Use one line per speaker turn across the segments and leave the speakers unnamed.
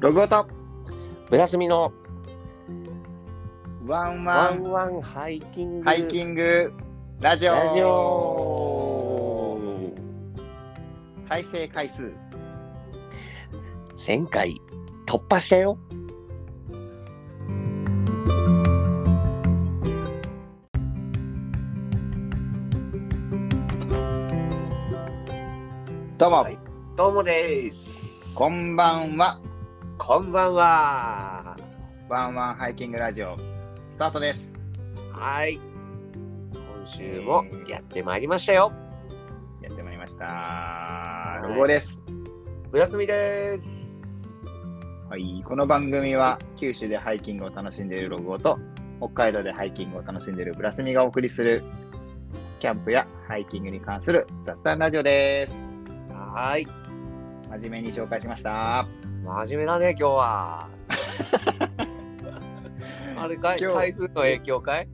ロゴと
お休みの
ワンワ
ワ
ン
ンワンハイキング
ハイキングラジオ
ラジオ
再生回数
1000回突破したよ
どうも、
はいどうもです
こんばんは
こんばんは
ワンワンハイキングラジオスタートです
はい今週もやってまいりましたよ
やってまいりました、
い
ロゴです
お休みです
はいこの番組は九州でハイキングを楽しんでいるロゴと北海道でハイキングを楽しんでいるブラスミがお送りするキャンプやハイキングに関する雑談ラジオです
はい
真面目に紹介しました
真面目だね今日 はあれかい
今日
台風の影響かい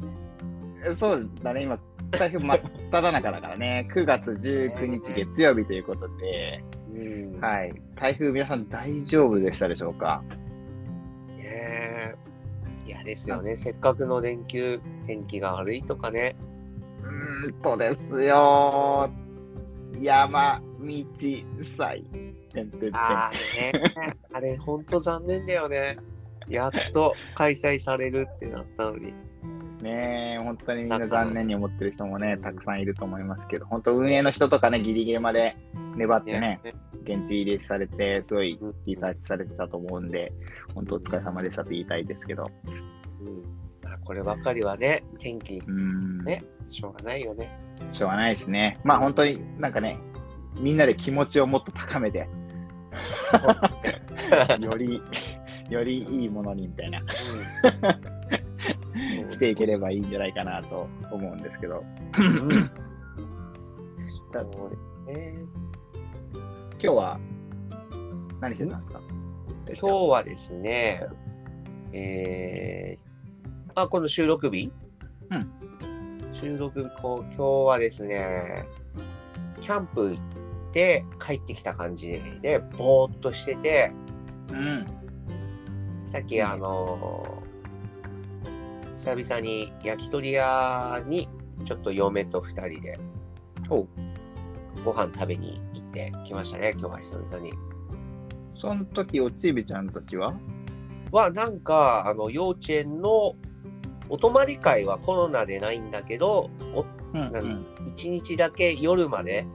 そうだね、今、台風真っ只中だからね、9月19日月曜日ということで、
うんい
はい、台風、皆さん大丈夫でしたでしょうか
ねえいやですよねせっかくの連休天気が悪いとかね
うーんとですよ、山道祭。てんてんてん
ああね、あれほんと残念だよね。やっと開催されるってなったのに。
ねえ本当にみんな残念に思ってる人もね、たくさんいると思いますけど、本当、運営の人とかね、ギリギリまで粘ってね、現地入りされて、すごいリサーチされてたと思うんで、本当、お疲れ様でしたと言いたいですけど、
うんまあ、こればっかりはね、天気
うーん。
ね、しょうがない よね。
しょうがないですね。まあ本当になんかね、みんなで気持ちをもっと高めて、より、 よりいいものにみたいな、
う ん
していければいいんじゃないかなと思うんですけど、
うんそうね
今日は何してたんですか
今日はですね、えー、あ、この収録日
うん
収録日、こう今日はですね、キャンプ行って帰ってきた感じで、ぼーっとしてて、
うん。
さっきあのー久々に焼き鳥屋にちょっと嫁と2人で
おう
ご飯食べに行ってきましたね今日は久々に。
その時、おちびちゃんたちは
はなんかあの幼稚園のお泊まり会はコロナでないんだけどお
うん
ん1日だけ夜まで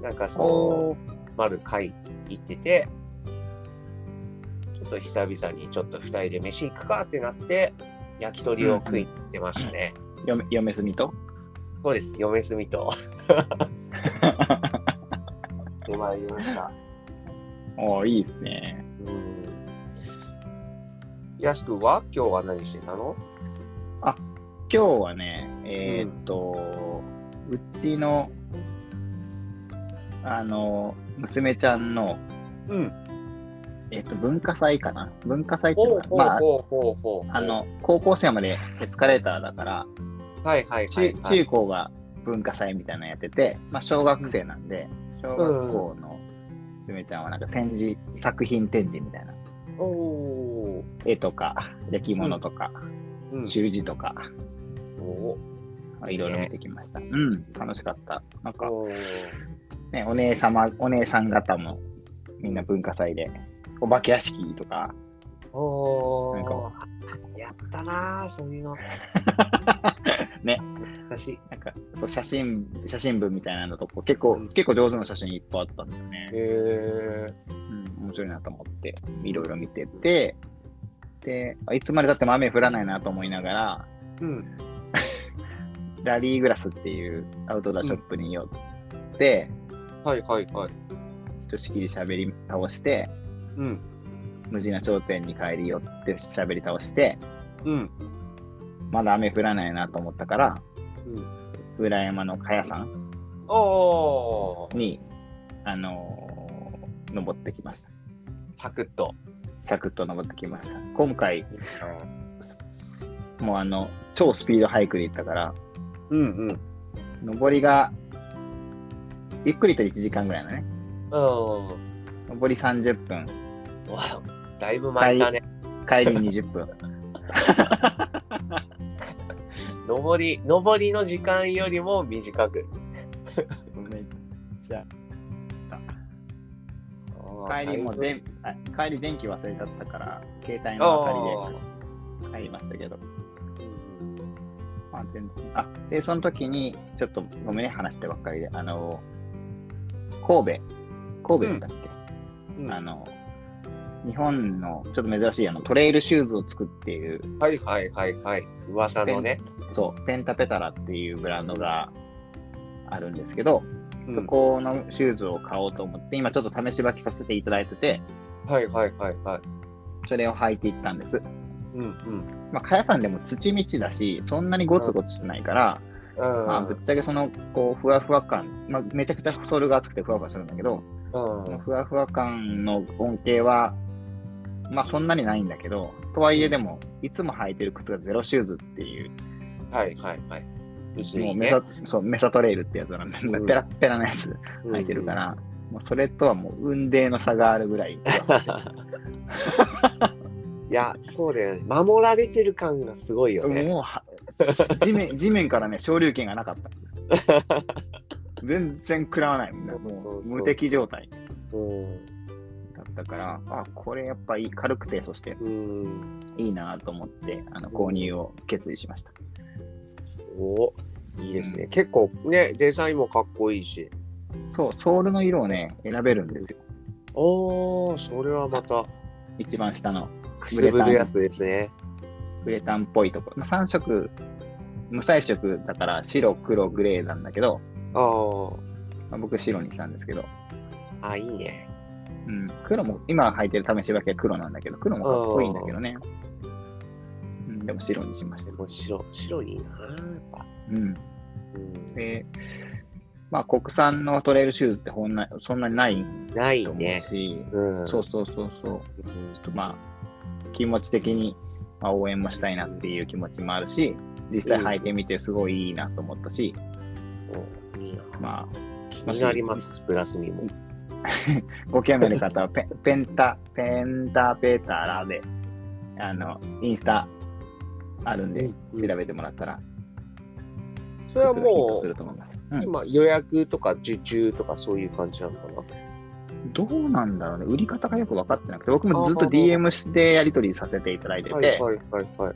なんかその丸会行っててちょっと久々にちょっと2人で飯行くかってなって焼き鳥を食いに行ってましたね。
嫁、嫁住みと
そうです、嫁住みと。出まいりました。
おーいいですね。
うん。やすくは今日は何してたの
今日はね、えーっと、うちの、あの、娘ちゃんの、
うん。
えっと、文化祭かな文化祭っていうのかな
ほうほう
まあ、
ほうほうほう。
あ、の、高校生までエスカレーターだから、
はいはいは
中
い、は
中
い。
高が文化祭みたいなのやってて、まあ、小学生なんで、小学校の娘ちゃんはなんか展示、作品展示みたいな、
おお
絵とか、焼き物とか、
ー。うん
習字とか、
お
まあいろいろ見てきました。うん、楽しかった。なんか、
おー。
ね、お姉様、お姉さん方も、みんな文化祭で、お化け屋敷とか、
お
なん
お
か。
やったなー、そういうの。
ね。
私。
なんか、そう、写真、写真部みたいなのとこ、結構、
うん
結構上手な写真いっぱいあったんだよね。
へえ。
うん、面白いなと思って、いろいろ見てて、で、あいつまでだっても雨降らないなと思いながら、
うん。
ラリーグラスっていうアウトドアショップに寄って、
はいはいはい。
ひとしきり喋り倒して、
うん。
無事な商店に帰り寄って喋り倒して、
うん。
まだ雨降らないなと思ったから、
うん。
裏山の茅さん
おー。
に、あのー登ってきました。
サクッと。
サクッと登ってきました。今回、もうあの、超スピードハイクで行ったから、
うんうん。うん。
登りが、ゆっくりと1時間ぐらいのね、
お
登り30分、
わだいぶ巻いたね。
帰り20分。
上り、上りの時間よりも短く。
めっちゃ。帰りも全あ帰り電気忘れちゃったから、携帯の明かりで帰りましたけど。まあ、全然あで、その時に、ちょっとごめんね、話してばっかりで、あの、神戸、神戸だったっけ、
うん
あの、日本のちょっと珍しいあのトレイルシューズを作っている、
はいはいはいはい。噂のね。
そう、ペンタペタラっていうブランドがあるんですけど、
うん
そこのシューズを買おうと思って、今ちょっと試し履きさせていただいてて、
はいはいはいはい。
それを履いていったんです。
うんうん。
まあ、かやさんでも土道だし、そんなにゴツゴツしてないから、まあ、ぶっちゃけその、こう、ふわふわ感、まあ、めちゃくちゃソールが厚くてふわふわするんだけど、
うん
こ
う
の
ん
ふわふわ感の恩恵は、まあ、そんなにないんだけど、とはいえでも、いつも履いてる靴がゼロシューズっていう、
はいはいはい。薄
もう
い
メ
ね
サ。そうメサトレイルってやつなんだけど、
うん
ペラッペラなやつ履いてるから、もうそれとはもう運命の差があるぐ らい。
いや、そうだよね。守られてる感がすごいよね。
もうは地面地面からね、昇竜拳がなかった。全然食らわない。も
そうそううそう
無敵状態
うん。
だったから、あ、これやっぱいい、軽くて、そして
うん。
いいなと思って、あの購入を決意しました。
おいいですね。結構ね、デザインもかっこいいし。
そう、ソールの色をね、選べるんですよ。
おー、それはまた、
一番下の
くすぶるやつですね。
ウレタンっぽいところ。3色、無彩色だから白、黒、グレーなんだけど、
あー、
まあ、僕白にしたんですけど、
あ、いいね。
うん、黒も、今履いてる試し履きは黒なんだけど、黒もかっこいいんだけどね。うん、でも白にしました
で。も白、白いいなやっぱ。
うん。
うん
で、まあ国産のトレイルシューズってほんなそんなにない
ない
と思う
ね。
し、
うん。
そうそうそうそう。
うん
ちょっとまあ、気持ち的に、まあ、応援もしたいなっていう気持ちもあるし、実際履いてみてすごいいいなと思ったし、
おいいな
ま
気になります、プラスミも。
あ、ご興味ある方はペ ン、ペンタ、ペンタペタラで、あの、インスタあるんで、調べてもらったら、
それは
ヒット
も
すると思います。
う、
うん
今予約とか受注とかそういう感じなのかな。
どうなんだろうね、売り方がよく分かってなくて、僕もずっと
あー
DM してやり取りさせていただいてて、
はいはいはいはい。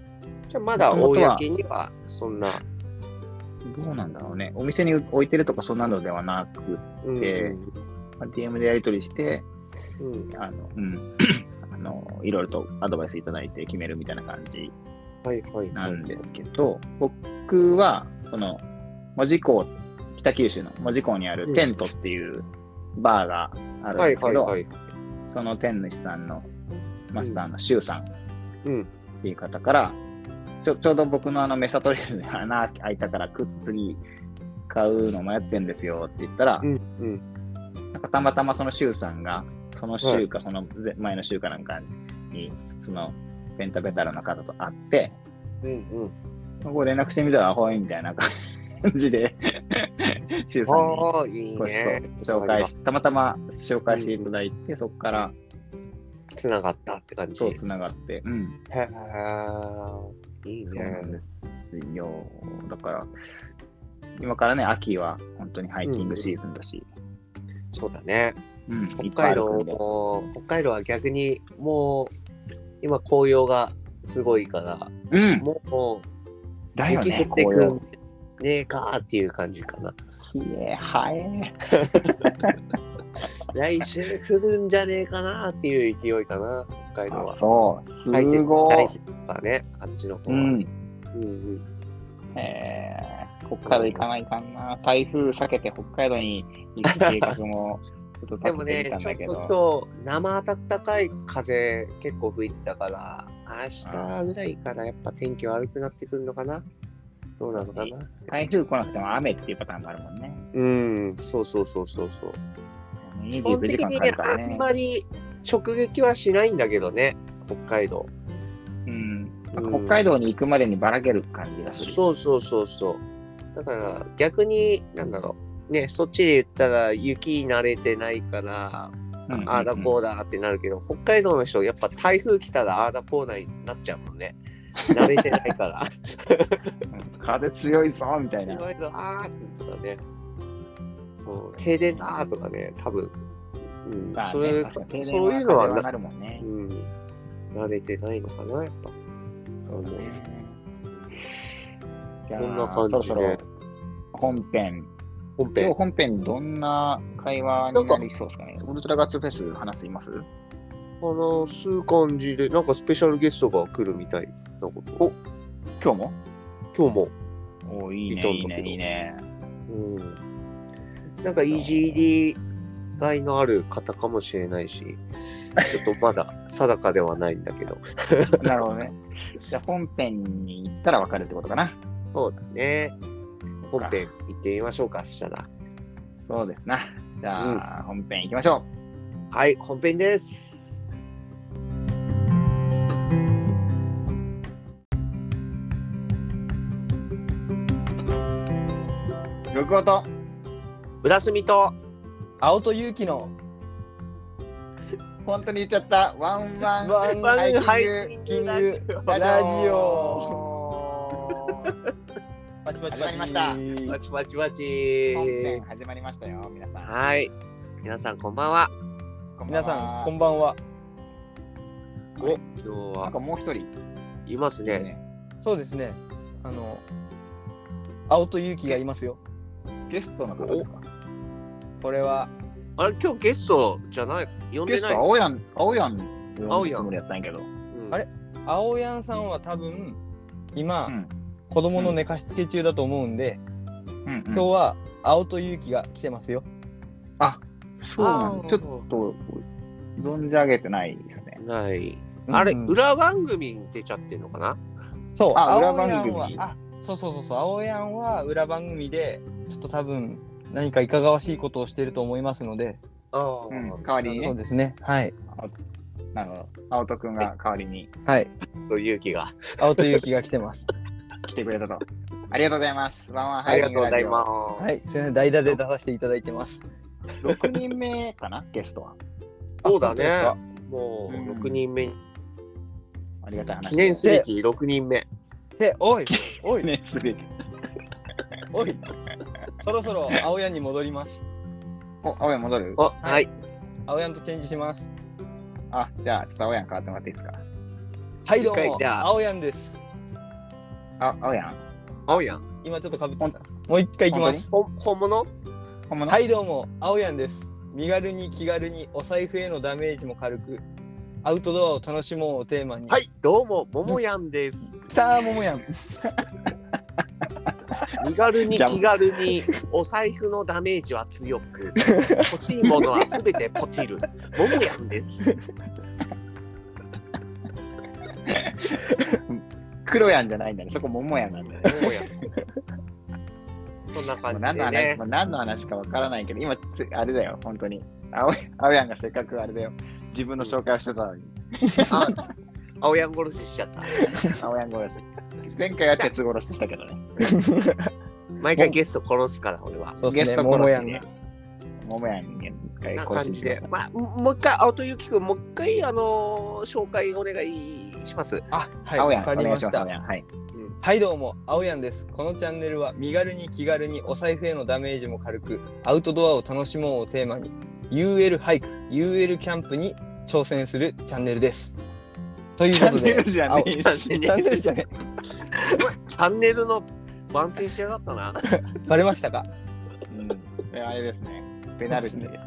じゃあまだ公にはそんな。
どうなんだろうね、お店に置いてるとかそんなのではなく、
うん
でまあ DM でやり取りして、
うん
あの、うん、 あの、いろいろとアドバイスいただいて決めるみたいな感じ
はいはい
な
はい。
んですけど、僕は、その、門司港、北九州の門司港にあるテントっていうバーがあるん
は
で
い
すけ
はい
ど、
はい。
その天主さんのマスターの周さんっ
うん。
ていう方から、ちょちょうど僕のあのメサトレールで穴開いたから、くっつり買うの迷ってんですよって言ったら
う、んうん。
なんかたまたまその週さんが、その週か、その前前の週かなんかに、そのペンタペタラの方と会って、
うん
ここ連絡してみたら、ほいみたいな感じで、週
う
さんに
ん。ああ、いい
ご
ね。
そう紹介し、たまたま紹介していただいて、そこから、
つながったって感じ。
そう、つながって、うん、
へえ。いい
そうな
ね
ん。ですよ。だから、今からね、秋は本当にハイキングシーズンだし、
そうだね。
うん、いっ
北
ぱい
海
歩
道
くんで
も、北海道は逆にもう、今紅葉がすごいから、
うん、
もう、もう
だよ
雪
ね、
降って
紅葉
くんね。えかーっていう感じかな。
きれい、早い。
来週降るんじゃねえかなーっていう勢いかな、北海道
あ
は。
そう、
大
すごい
雪。とかね、あっちの方
う
は。う
ん。
んうん
えー、北海道行かないかな。台風避けて北海道に行く計画も ちょっと
で
立
も
ててみ
ね
た、ん
ちょ
だ
っ
けど。
と今日、生暖かい風結構吹いてたから、明日ぐらいからやっぱ天気悪くなってくるのかなどうなのかな
台風来なくても雨っていうパターンもあるもんね。
うん、そうそうそうそうそう。基本
29時
的
間かか
にね
る、から
あ
ね
ん。まり直撃はしないんだけどね、北海道。
うん、なんか
うん
北海道に行くまでにばらける感じがする。
そうそうそうそう。だから逆に、なんだろう。ね、そっちで言ったら雪慣れてないから、
うん
ああだこうだってなるけど、北海道の人、やっぱ台風来たらああだこうだになっちゃうもんね。慣れてないから。
風強いぞみたいな
意。外とあーって言ったらね。そう、停電だーとかね、多分。うん、
まあね
それ
確かに停電
そういうのは
風
な
なるもんね
う。ん、慣れてないのかな、やっぱ。
そうだね。じゃあ
こんな感じで
そろそろ本編。
本
今日
編。
本編どんな会話になりそうですかね。ウルトラガッツフェス話しています
話す感じで、なんかスペシャルゲストが来るみたいなこと。お
今日も
今日も。
おいいね、
い
い
い
い
と思うけ
ね、
ど
いいね。
うん。なんか EGD 害のある方かもしれないし、ちょっとま だ定かではないんだけど。
なるほどね。じゃあ本編に行ったらわかるってことかな。
そうだね。本編行ってみましょうか、そしたら。
そうですな。じゃあ、本編行きましょ
はい、本編です。
う。録音と
浦住と、
青戸祐樹の
本当に言っちゃったワンワン
ワンワン
ハイキング
キング
ラ
ラ
ジ
ジ
オ
オパチパ
始まりました
バチバチバ
本編
チ。
始まりましたよ、皆さん。
はい。皆さん、こんばんは。
こば
皆
は
さんこんばんは
お、今日
なん
は
か、もう一人、
いますね。
そうですねあの青戸祐樹がいますよ
ゲストの方ですか
これは
あれ、今日ゲストじゃない、呼ん
ゲ
で
ス
ない
ト、。青やん、青やんって呼んでるつもりやったんやけど。
うん
あれ青やんさんは多分今、
うん
子供の寝かしつけ中だと思うんで、
うんうん
今日は青戸祐樹が来てますよ
そうなん
あー
だちょっと、存じ上げてないですね。
ない。あれ、
うん
裏番組に出ちゃってんのかな
そう
あ
青
裏
やん
番組
はあそうそうそうそう青やんは裏番組でちょっと多分何かいかがわしいことをしてると思いますので、
ああ、
うん、代わりに
そう
ね。
ですねはい
なるほど。青戸くんが代わりに
はい
と勇気が。
青戸祐樹が来てます
来てくれたと。ありがとうございます。ワンワン
あ
ハ
り
イ
が
キン
と
グ
うご
ラ
ざい
ジオ。
ます。
はい、すみません、代打で出させていただいてます。
6人目かな、ゲストは。
そうだ
あ
ね。も
うん
う六人目、
ありがたい話。
記念すべき六人目。
本当ですか。え、おい、お
記
い、
念すべき。
おい、そろそろ青やんに戻ります。
お、青やん戻る
あ、はい。
青やんとチェンジします。
あ、じゃあ、ちょっと青やん変わってもらっていいですか。
はい、どう
一回
も
じ、ゃあ
青やんです。
あ、青やん。
青やん。
今ちょっとかぶっちゃった。もう一回いきます。
ほん本物
本物
はい、どうも、青やんです。身軽に気軽にお財布へのダメージも軽く、アウトドアを楽しもうをテーマに。
は、い、どうも、ももやん です。
きたーももや ん。
身軽に
じゃん
気軽に、お財布のダメージは強 く、欲しいものはすべてポチる。ももやんです。
黒やんじゃないんだね。そこ、桃やんなんだね。
ももやん。そんな
もう
感
何
じ
の
で
話
ね
も。う何の話かわからないけど、今つ、あれだよ、本当に。青い青やんがせっかくあれだよ、自分の紹介をしてたのに、
あ青やん殺ししちゃった。
青やん殺し。前回は鉄殺ししたけどね、
毎回ゲスト殺すから、俺は。
そう
ゲ
です
ス
ね、
ト
もも
殺
や
し
んが
ね。。桃やんに一回
な
更
感
新
じ
しまし
で
た。、
まあ、んもう一回、青戸ゆき君、もう一回、あのー紹介お願いします。
あ、はい、
青や
わ
ん、
かり
お願
ま
いしま
し
す。
た
青。やんはい。
はいどうも、青やんです。このチャンネルは身軽に気軽にお財布へのダメージも軽く、アウトドアを楽しもうをテーマに、UL ハイク、UL キャンプに挑戦するチャンネルです。という
チャ
こと
ンネ
で、
ル じゃねえし
チャンネルじゃね
チャンネルの番宣しやがったな。
え、バレましたか
うん、えあれですね。ペナルティーですね。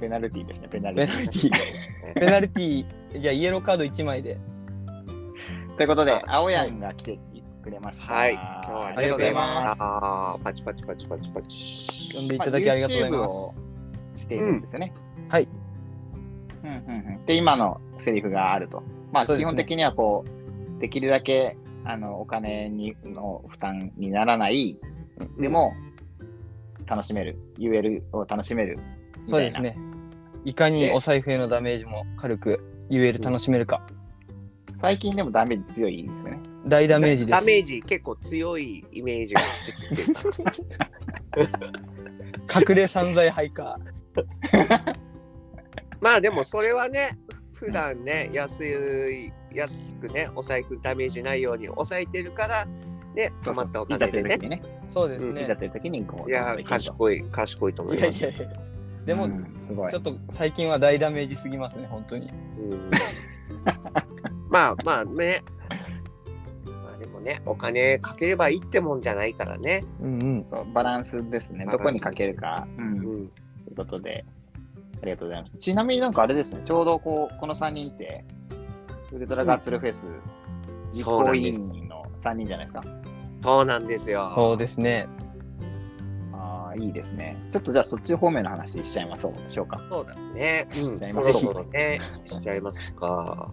ペナルティーですね、ペナルティ
ペナ
ー。
ルティー。ペナルティー、じゃあイエローカード1枚で。
ということで
あ、
青やんが来てくれました。
はい、今日はあ
あり
りがとう
がとう
ござ
ござ
い
い
ま。
ます
あーパチパチパチパチパチ。
呼んでいただきありがとうございます。
しているんですよね。
んはい。
うんうんうん、で、今のセリフがあると。まあ、
そうで
基
すね
本的にはこう、できるだけあのお金にの負担にならない、でも、楽しめる、UL を楽しめるみ
そう
たい
で
な
すね。いかにお財布へのダメージも軽く、UL 楽しめるか。
最近でもダメージ強いですよね。
大ダメージで
ダ
す。
メージ結構強いイメー ジが出てきてる。
隠れ散財ハイカー。
まあでもそれはね、普段ね、安い、安くね、お財布ダメージないように抑えてるから、ね、
そ
止
うそ
ま
う
ったお金でね。
そうです
い
ね
ざ。という時にこう。
いや、賢い、賢いと思
い
い
や
ま
い
す。
やいや。でも、
うん、すごい
ちょ。っと最近は大ダメージすぎますね、本当に。
うんまあまあね。まあでもね、お金かければいいってもんじゃないからね。
うんうん。
そうバランスですね。
バランス
どこにかけるか。うん
う
とい
ん。
うことで、ありがとうございます。ちなみになんかあれですね、ちょうどこう、この3人って、ウルトラガッツルフェス、実
そうな
行
ん
委
です
員の3人じゃないですか。
そうなんですよ。
そうですね。
ああ、いいですね。ちょっとじゃあそっち方面の話しちゃいましょうでしょうか。
そうだね。うん、
しち
そ
ゃいます
ろそろね、しちゃいますか。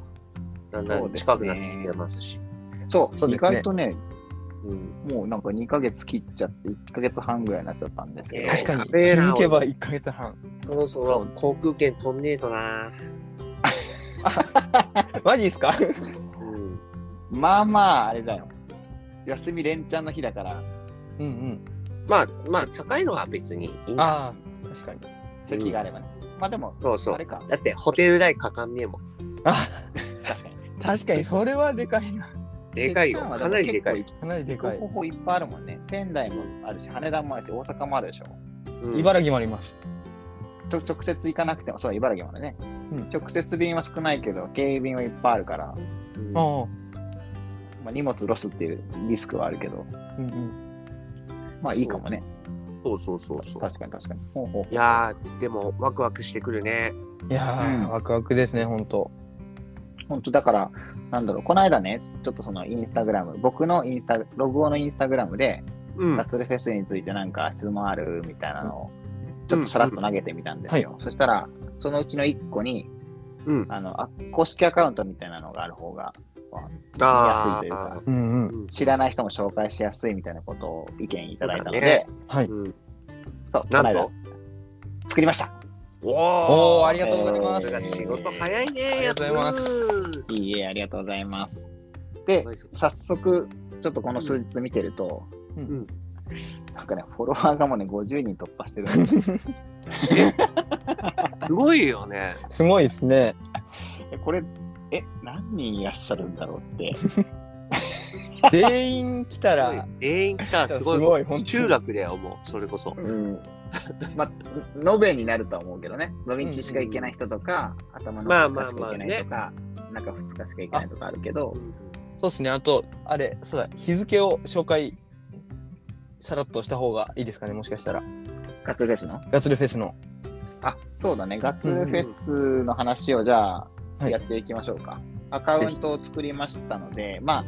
だんだん近くなってきてますし。
そう、
そうですね
意外とね、
うん、
もうなんか2ヶ月切っちゃって、1ヶ月半ぐらいになっちゃったんですけど、
えー
確かに。
カ
気
メラを
づけば1ヶ月半。
そろそろ航空券飛んねえとな。
マジっすか
うん。
まあまあ、あれだよ。休み連チャンの日だから、
うんうん。
まあまあ、高いのは別にいいんだ。
ああ、確かに。
席があればね。まあでも、
そうそ
あ
う
れ。か、
だってホテル代かかんねえもん。
あ
確かに。
確かに、それはでかいな。
でかいよ。
てっちゃんは
かなりでかい。
結
かなりで
構行
か
く。
い
方法いっぱいあるもんね。仙台もあるし、羽田もあるし、大阪もあるでしょ。
うん
茨城もあります。
ちょ直接行かなくても、そう、茨城までね。
うん
直接便は少ないけど、経由便はいっぱいあるから、
うん
あ
まあ、荷物ロスっていうリスクはあるけど、
あ。うんうん。
まあいいかもね。
そうそうそうそう。
確かに確かに。ほうほう
いやー、でもワクワクしてくるね。
いや
う
ー、
ん
ワクワクですね、本当
本当だから、なんだろう、この間ね、ちょっとそのインスタグラム、僕のインスタ、ログオのインスタグラムで、
うん
ガッ。ツルフェスについてなんか質問あるみたいなのを、ちょっとさらっと投げてみたんですよ。そしたら、そのうちの1個に、
うん。
あの、あ公式アカウントみたいなのがある方が、
あ
見やすいというか
あ。
うんうん。
うん
知らない人も紹介しやすいみたいなことを意見いただいたので、
そうだね
はい。
うん。
そう、こ
な
の
ん
間
と。
作りました。
おー
おー、ありがとうござい
さ
ま
すが
す。
仕事早いね。。
ありがとうございます
いいえ、ありがとうございます。で、
ナイス
早速、ちょっとこの数日見てると、
うん
なんかね、フォロワーがもうね、50人突破してるんですよ
すごいよね。
すごいです ね。
えこれ、え、何人いらっしゃるんだろうって。
全員来たら、
全員来たらすごい。
すごい本当に
集落だよ、もう、それこそ。
うん。まあ、延べになるとは思うけどね。土日しか行けない人とか、頭
まあ
の
まあ
2日しか行けないとか、中2日しか行けないとかあるけど、
そうですね。あと、あれ、そうだ、日付を紹介、さらっとした方がいいですかね、もしかしたら。
ガッツルフェスの
ガッツルフェスの。
あ、そうだね。ガッツルフェスの話をじゃあ、
はい
やっていきましょうか。アカウントを作りましたので、まあ、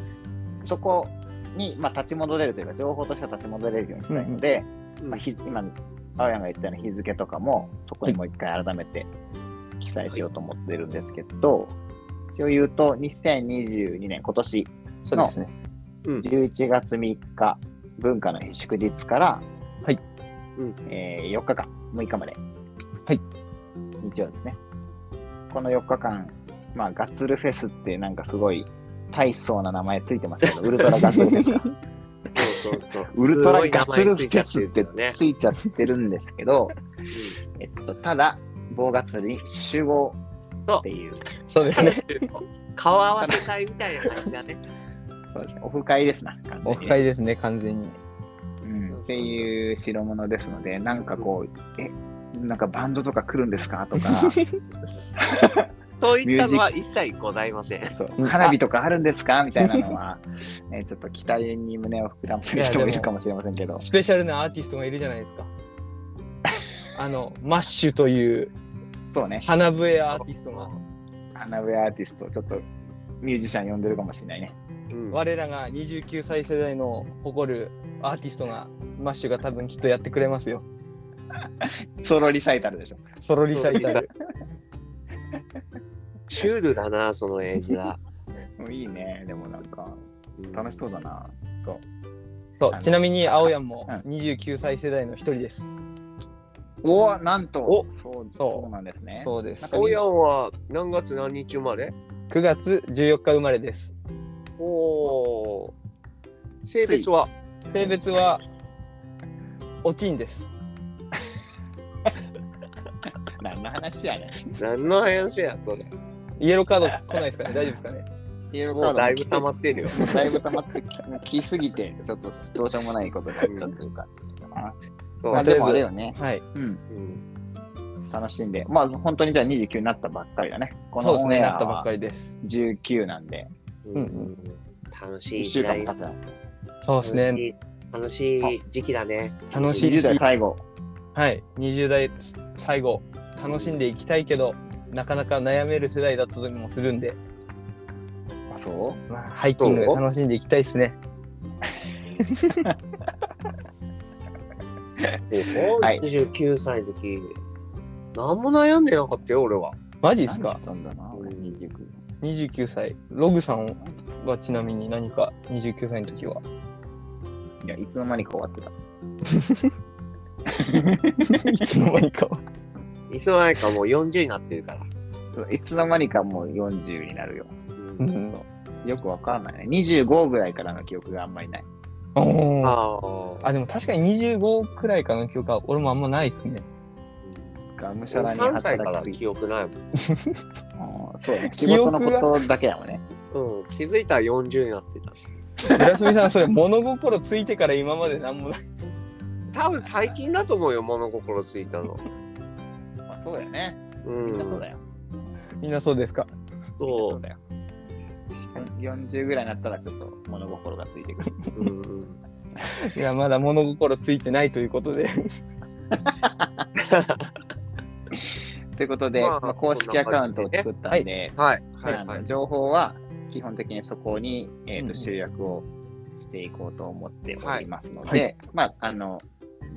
そこに、まあ、立ち戻れるというか、情報としては立ち戻れるようにしたいので、まあ、ひ今、青山が言ったような日付とかも、そこにもう一回改めて記載しようと思ってるんですけど、一応言うと、2022年、今年
そうですね。
11月3日、文化の日祝日から、
はい
うん
えー4日間、6日まで、
はい
日曜ですね。この4日間、まあ、ガッツルフェスってなんかすごい大層な名前ついてますけど、 ウルトラガッツルフェスか。
そうそうそう
ウルトラガッツルフェス
すごい名前ついちゃってるけど
っ
ね
て。ついちゃってるんですけ ど、えっと、ただ、棒が釣りに集合っていう、
そうですね。
顔合わせ会みたいな感じだね。
そうですね、オフ会ですな、完全にね
オフ会ですね、完全に。
うんっていう代物ですので、なんかこう、え、なんかバンドとか来るんです かとか、
そういったのは一切ございません。
そう花火とかあるんですかみたいなのは、ね、ちょっと期待に胸を膨らませる人もいるかもしれません けど、
スペシャルなアーティストがいるじゃないですか。あの、マッシュという
そうね、
花笛アーティストが、
花笛アーティスト、ちょっとミュージシャン呼んでるかもしれないね。
うん
我らが29歳世代の誇るアーティストが、マッシュが多分きっとやってくれますよ。
ソロリサイタルでしょ。
ソロリサイタル。
シュールだな、その絵面。
もういいね、でもなんか、楽しそうだな。
そうちなみに、青山も
うん
29歳世代の一人です。
おお、なんと
お
そう
そう
そうなんですね。
そうです。
おやんは何月何日生まれ
9月14日生まれです。
おお。性別は
性別は、おちんです。
何の話やねん。
何の話や、それ。
イエローカード来ないですかね大丈夫ですかね
イエローカー
も
ド
う
も
だいぶ溜まってるよ。
だいぶ溜まってきもう来すぎて、ちょっとどうしようもないことになったというか。
そう
まあ
と
で
りあえず
もあれよね、
はい。
うん、
うん
楽しんで、まあ本当にじゃあ29になったばっかりだね。こ
そ
の
うです
オン
ね。
エ
な
ア
ったばっ
は
かりです。
19なんで、
うん
うん
楽し
1
い
週
時
間
代
も経った。
そうですね。
楽しい楽しい時期だね。
楽しい
20
し
代、最後、
はい。20代最後、楽しんでいきたいけど、なかなか悩める世代だったりもするんで、
あそ
まあ、ハイキング
そう
楽しんでいきたいです ね。
はい
29歳の時、何も悩んでなかったよ、俺は。
マ
う
ジ
い
っすか
たんだな、俺29。
?29 歳。ログさんはちなみに何か29歳の時 は。
いや、いつの間にか終わってた。
いつの間にか。
いつの間にかもう40になってるから。
そういつの間にかもう40になるよ。
う
うん
ん。
よくわかんないね。25ぐらいからの記憶があんまりない。
おー
ああ。
あ、でも確かに25くらいかの記憶は俺もあんまないですね。
がむしゃらに
3歳から
働きすぎて
記憶ないも
あーそうね。仕
記憶
事
が
のことだけだもんね。
ん。うん。気づいたら40になってた。
村住さん、それ物心ついてから今まで何もない。
多分最近だと思うよ、物心ついたの。
まあ、そうだよね。
う
み
ん
んな。そうだよ。
みんなそうですか。
そ
そう
だよ。40ぐらいになったらちょっと物心がついて くる。
う。うんうん。
いや、まだ物心ついてないということで。
ということで、
まあ
まあ、公式アカウントを作ったんで、
はい。
あ
は
の
い。はい。
情報は基本的にそこに、えー
うんう
と
ん
集約をしていこうと思っておりますので、
はいは
まあ、あの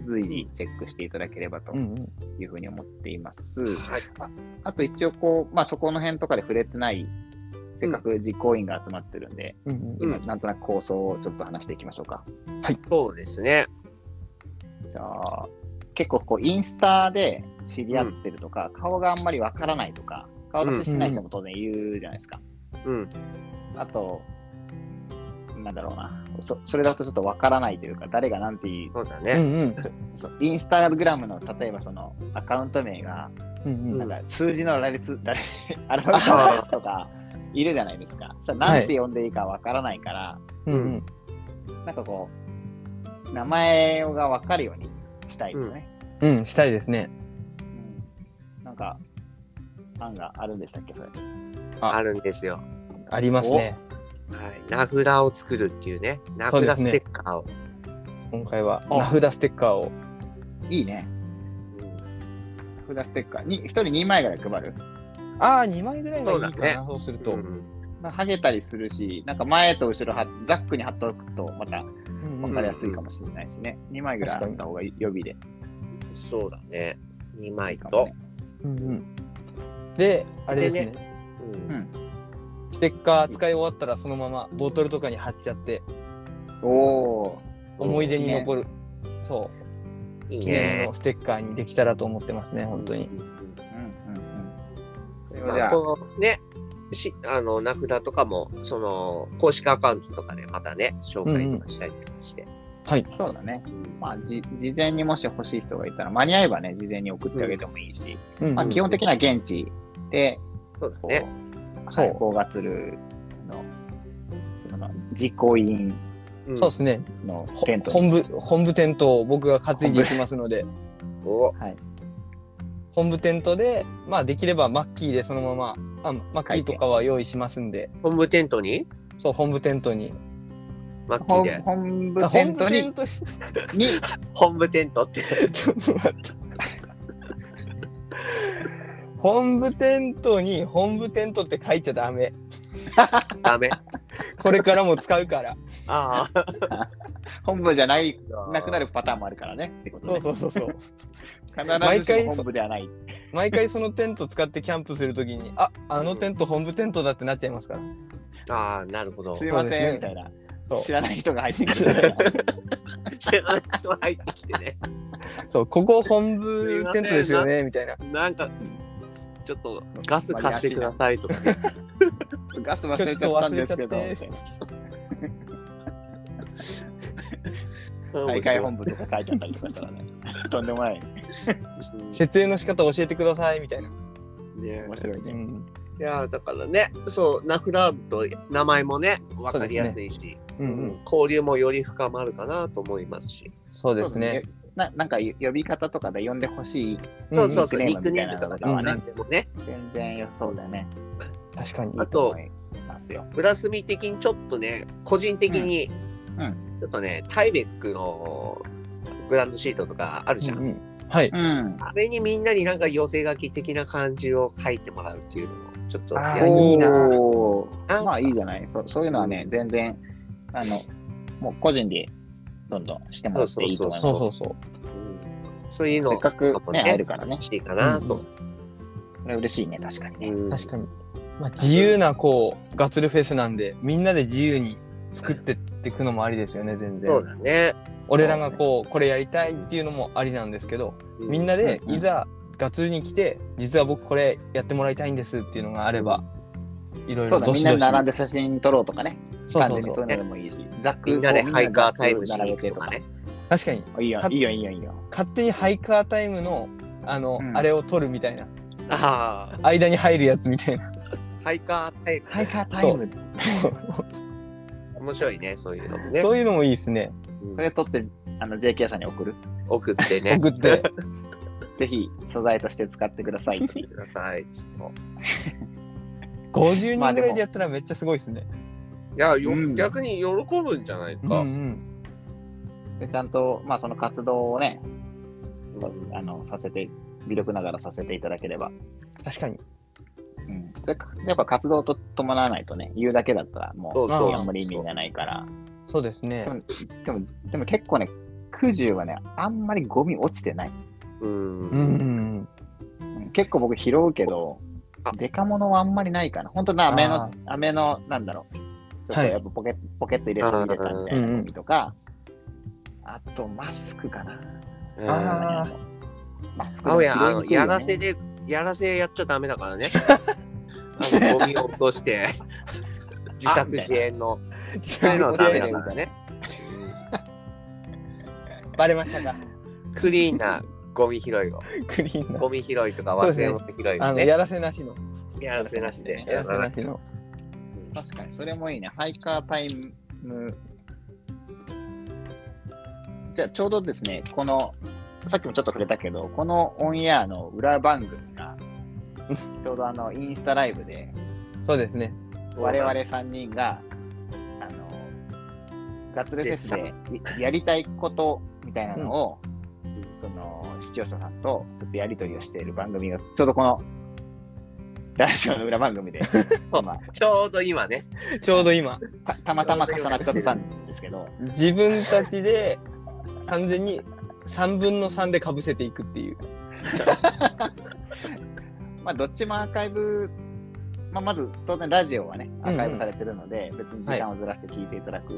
随時チェックしていただければと
うん
いうふうに思っています。
はい。
あと一応こう、まあ、そこの辺とかで触れてない、せっかく実行委員が集まってるんで、
うん。うん
うん
今なんとなく構想をちょっと話していきましょうか。
そうですね。
じゃあ、結構こう、インスタで知り合ってるとか、顔があんまりわからないとか、顔出ししない人も当然言うじゃないですか。
うん。
あと、なんだろうな、そそれだとちょっとわからないというか、誰がなんていう、
そうだ
うん。う
ね。
んうん。
そうインスタグラムの例えばそのアカウント名が、
うんうん
なんか数字の羅列、 羅列アルファベットの羅列とか、いるじゃないですか。さなんて呼んでいいかわからないから、
うん
なんかこう、名前がわかるようにしたいですね。
うん。うん、したいですね。
うんなんか、案があるんでしたっけ、それ。
あるんですよ。
ありますね。
はい。名札を作るっていうね。名
そうで
札
す
ス
ね
テッカーを。
今回は
お
名札ステッカーを。
いいね。
うん
札ステッカー。に1人2枚ぐらい配る。
ああ、2枚ぐらいがいいか
そうだ
な、そうすると。
う
うん
ん
まあ、はげたりするし、なんか前と後ろは、ザックに貼っておくと、また
うん
分かりやすいかもしれないしね。2枚ぐらいあった方が予備で。
そうだね。2枚
かも
と
ね。
うんうんで、あれです
で
ね。
うん
うん
ステッカー使い終わったらそのままボトルとかに貼っちゃって、
おー。
思い出に
いいね
残る。そ、
いうい
記念
ね
の。ステッカーにできたらと思ってますね、本当に
う。んう
う
ん
んうんうん。それ
うん。
はじ
ま
ゃ
あ、
あ、
このね、しあの名札とかも、その公式アカウントとかでまたね、紹介とかしたりとかして。
そうだね。まあ、じ事前にもし欲しい人がいたら、間に合えばね、事前に送ってあげてもいいし、
うんうん
まあ、基本的には現地で、
そうです
こう、
ね。
そう
はい高月るの、その、実行委員
ん
そうですね。
の
ほ
テントに
本部、本部テントを僕が担いでいきますので、
お
本部テントで、まあできればマッキーでそのまま、あマッキーとかは用意しますんで、
本部テントに
そう、本部テントに。
マッキー
本
で。
本
あ
部テ
本
ント
部テン
に、
トに、
に、
本部テントって。
ちょっと待って。本部テントに本部テントって書いちゃダメ。
ダメ。
これからも使うから。
ああ。
本部じゃない、なくなるパターンもあるからね。ってこと
そう
ね。
そうそうそう。毎
必ず
回
しも本部ではない。
毎回そのテント使ってキャンプするときに、あ、あのテント本部テントだってなっちゃいますから。
ああ、なるほど
す。いません、
そうですね
みたいな
そう。
知らない人が入ってくるから。
知らない人入ってきてね。
そう、ここ本部テントですよね、みたいな。
なんか、ちょっとガス貸してくださいとか、ね。
ガス忘
今
れ
日
ち
ちょ
ゃった
っと忘
ん
れ
で
ち
す
ゃっ
けど、みた
て
い。な大会本部とか書いてあったりとかしたらね。とんでもない。
設営の仕方教えてくださいみたいな。
ね
面白いうね。
ん。
いやーだからねそう名札と名前もね分かりやすいし
うん
う
うんん。
交流もより深まるかなと思いますし
そうですね。
な。なんか呼び方とかで呼んでほしい。
ん
そう
うん
そうそうニ
ニ
ッ
ッ
ク
ク
ネ
ネ
ー
ーム
ムと
とか
かで
で
も
も
ね
ね
でもね
全然よそうだね。
確かに。
あと
いい思いますよ。
ブラスミ的にちょっとね個人的に
うんう
ちょっとねタイベックのグランドシートとかあるじゃん、
うんうんはい。
うん。
あれにみんなになんか寄せ書き的な感じを書いてもらうっていうのもちょっと
あ
や
ー
り
いいな
お
あ
ーまあいいじゃない。そそういうのはね、全然、あの、もう個人でどんどんしてもらっていいと思います。
そうそうそう。
うんそういうの
せっかくね、
や
会えるからね。
しいかなと、
これ嬉しいね、確かにね。
うん
確かに。まあ、自由なこうガッツルフェスなんでみんなで自由に作ってっていくのもありですよね全
そう
然。
だね
俺らがこうこれやりたいっていうのもありなんですけどみんなで
うんうん
いざガッツルに来て実は僕これやってもらいたいんですっていうのがあればいろい
そ
ろ
うだ、
ど
み
し
んな
ど
で
し。
並んで写真撮ろうとかね。
そうそう
完全
そ
にそう
う
いう。のでもいいし。ざっくり
みんなで
こう
ハイカータイムしに
並
行
べてと
くとか
かね
ね。
確かに
いいよ、いいよ、いいよ、いいよ。
勝手にハイカータイムのあの、
うん
あれを取るみたいな
ああ
間に入るやつみ たいな。
ハイカータイム
ハイカータイム。
面白いねそういうのもね
そういうのもいいですね。
それ撮って、あの、JK さんに送る。
送ってね
送 って。
ぜひ、素材として使ってくださいって いう。
ください。ちょっと
50
まあ
人ぐ
でも
らいでやったらめっちゃすごいですね。
いや、よ
うん
逆に喜ぶんじゃないか。
うん
でちゃんと、まあ、その活動をね、あの、させて、微力ながらさせていただければ。
うん。確かに。
うん。それかやっぱ活動と伴わないとね、言うだけだったら、も
そう
う、
そう
あ
ま
ん
そ
ま
う
り意味がないから。
そうですね。
でも、でも結構ね、90はね、あんまりゴミ落ちてない。
うん
うんうん
うん結構僕拾うけど
あ、
デカ物はあんまりないかな。本当な、飴の、飴の、なんだろう。ちょっ
はい
とやっぱポケ,、ポケット入れて入れたみたいな
うんうん
ゴミとか、あとマスクかな。
うん
あー
マスク
青や、あ
拾い
の、
にくいよ
や
ね
らせで、やらせやっちゃダメだからね。あの、ゴミを落として、自作自演の。
うん。
そういうのはダメ
だ
だ
よ
からね。
バレましたか。
クリーンなゴミ拾いを。
クリーン
ゴ
な。
ミ拾いとか忘れ物拾い
あ
を
の、
ね。
やらせなしの。
やらせなしで。
やらせなしの。
確かに、それもいいね。ハイカータイム。じゃあ、ちょうどですね、この、さっきもちょっと触れたけど、このオンエアの裏番組 が、ちょうどあの、インスタライブで、
そうですね。
我々3人が、あの、ガッツルフェスでいやりたいことみたいなのを、その、視聴者さんとちょっとやりとりをしている番組が、ちょうどこの、ラジオの裏番組 で、まあ
ちょうど今ね。
ちょうど今、
たたまたま重なっちゃったんですけど、
自分たちで完全に3分の3でかぶせていくっていう。
まあ、どっちもアーカイブ、まあ、まず当然ラジオはね、アーカイブされてるので、別に時間をずらして聞いていただく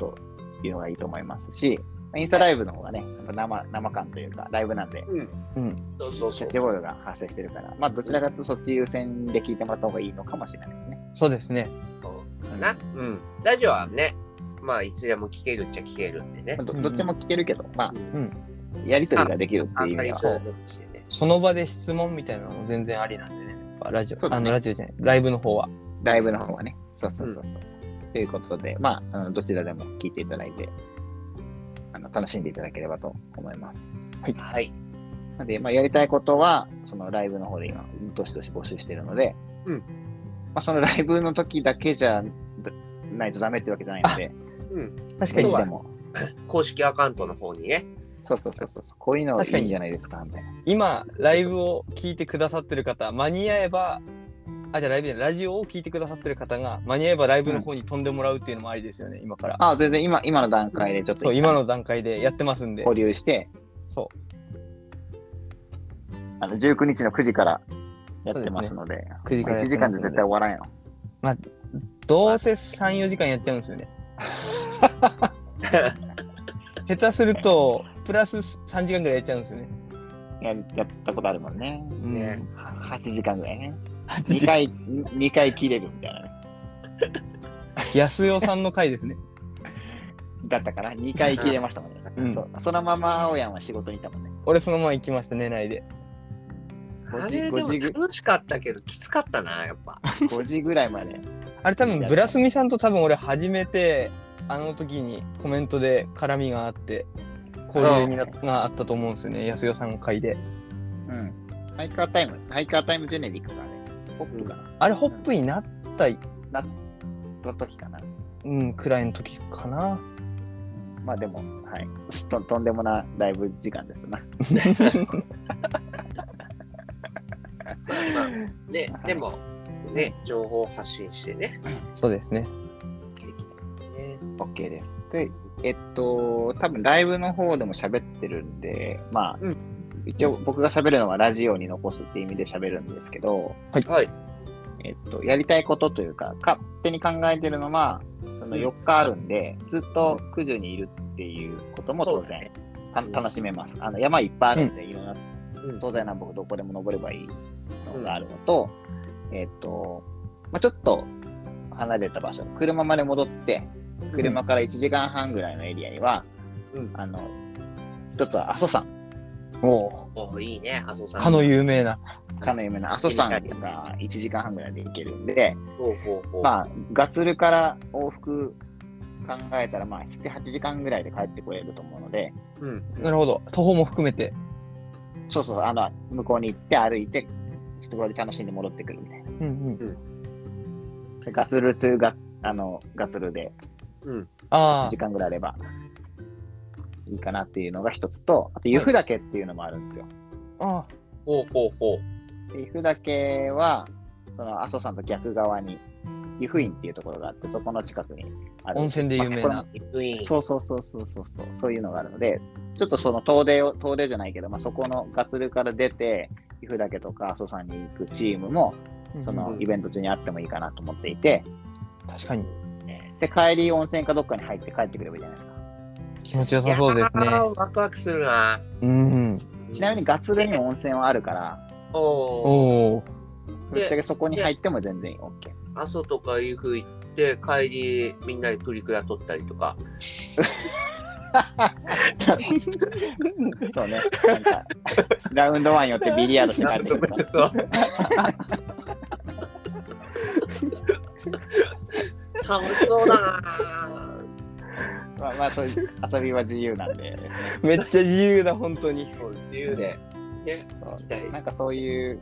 というのがいいと思いますし、インスタライブの方がね、やっぱ生生感というか、ライブなんで、
うん。
そうそう
キャ
そう
ッチボールが発生してるから、まあ、どちらかというとそっち優先で聞いてもらった方がいいのかもしれないですね。
そうですね。
そうかな。うん。ラジオはね、まあ、いつでも聞けるっちゃ聞けるんでね
まあ。どどっちも聞けるけど、ま
うん。
あ、やりとりができるっていう意味では、
そうしてね。
その場で質問みたいなのも全然ありなんでね。やっぱラジ
そう
オ、
です
あ
ね
のラジオじゃない、ライブの方は。
ライブの方がね。そうそうそうそう。ということで、まあ、あのどちらでも聞いていただいて、あの楽しんでいただければと思います。
はい。
なので、まあ、やりたいことは、そのライブの方で今、どしどし募集しているので、
うん
まあ、そのライブの時だけじゃないとダメってわけじゃないので、
うん。
確
い
か
つ
に
で。も、
公式アカウントの方にね。
そうそうそうそう、こういうのはい
確かに
いんじゃないですか、みたいな。
今ライブを聞いてくださってる方間に合えばあじゃあライブじゃないラジオを聞いてくださってる方が間に合えばライブの方に飛んでもらうっていうのもありですよね、今から
あ、全然今、今の段階でちょっ
そ
と
う今の段階でやってますんで
保留して、
そ
あの19日の9時からやってますので、
う9時から
1
やっ
時
て
間
ま
です
んで
絶対終わらんよ。
どうせ34時間やっちゃうんです よね下手するとプラス3時間ぐらいやっちゃうんですよね
ややったことあるもんね。
ね
は8時間ぐらいね。
8
2
時間
回、二回切れるみたいなね。
安代さんの回ですね
だったから、2回切れましたもんね。
うん
そうそのまま青山は仕事にいたもんね。
俺そのまま行きました、寝ないで。
あれでも
5時
楽しかったけど、きつかったな、やっぱ。
5時ぐらいまで。
あれ多分、ブラスミさんと多分俺初めて、あの時にコメントで絡みがあって、交流にながあったと思うんですよね、安代さん会で。
うん。ハイカータイム、ハイカータイムジェネリックだね。ホップかな。
あれ、ホップになった、
の時かな。
うん、くらいの時かな。
まあでも、はい。ととんでもなライブ時間ですな。
まあね、でも、ね、情報発信してね。
そうですね。
できたね
OK です。で、えっと、多分ライブの方でも喋ってるんで、まあ、
うん
一応僕が喋るのはラジオに残すっていう意味で喋るんですけど、
はい。
えっと、やりたいことというか、勝手に考えてるのは、その4日あるんで、ずっと九時にいるっていうことも当然、た楽しめます。あの山いっぱいあるんで、いろんな
うん
東西南北どこでも登ればいいのがあるのと、えっ、と、まあ、ちょっと離れた場所、車まで戻って、車から1時間半ぐらいのエリアには、
うん
あの、一つは阿蘇山、
おお、
おーいいね、麻生さん。
かの有名な。
かの有名な阿蘇山が1時間半ぐらいで行けるんで、
ほうほうほう。
まあ、ガツルから往復考えたら、まあ、7、8時間ぐらいで帰ってこれると思うので、
うん。
なるほど。徒歩も含めて。
そうそう、あの、向こうに行って歩いて、人通り楽しんで戻ってくるみたいな。
うんうん。
でガツルというガあのガツルで
うん。
あ
時間ぐらいあればいいかなっていうのが一つと、あと、由布岳っていうのもあるんですよ。
あ、ああ、
ほうほうほう。
で由布岳は、その阿蘇山と逆側に、由布院っていうところがあって、そこの近くにある。
温泉で有名な。
リクイーン。
そうそうそうそうそうそう、そういうのがあるので、ちょっとその遠出を、遠出じゃないけど、まあ、そこのガツルから出て、岐阜岳とか阿蘇山に行くチームも、そ
うんう
の
ん
イベント中にあってもいいかなと思っていて、
確かに。
で、帰り温泉かどっかに入って帰ってくればいいじゃないですか。
気持ちよさそうですね
い。やーワクワクするな。
うんうん。
ちなみ
に、
にガツルにも温泉はあるから、
おお。
おお。
ぶっちゃけそこに入っても全然 OK。
阿蘇とかいうふう行って、帰り、みんなでプリクラ撮ったりとか。
そうね。なんか、 ラウンドワン寄ってビリヤードして帰ってくるとか。
そう楽しそうだな。
まあ、まあ、そういう遊びは自由なんで、
めっちゃ自由だ、本当 に。
自由で。ね、
そう
行きたい。
なんかそういう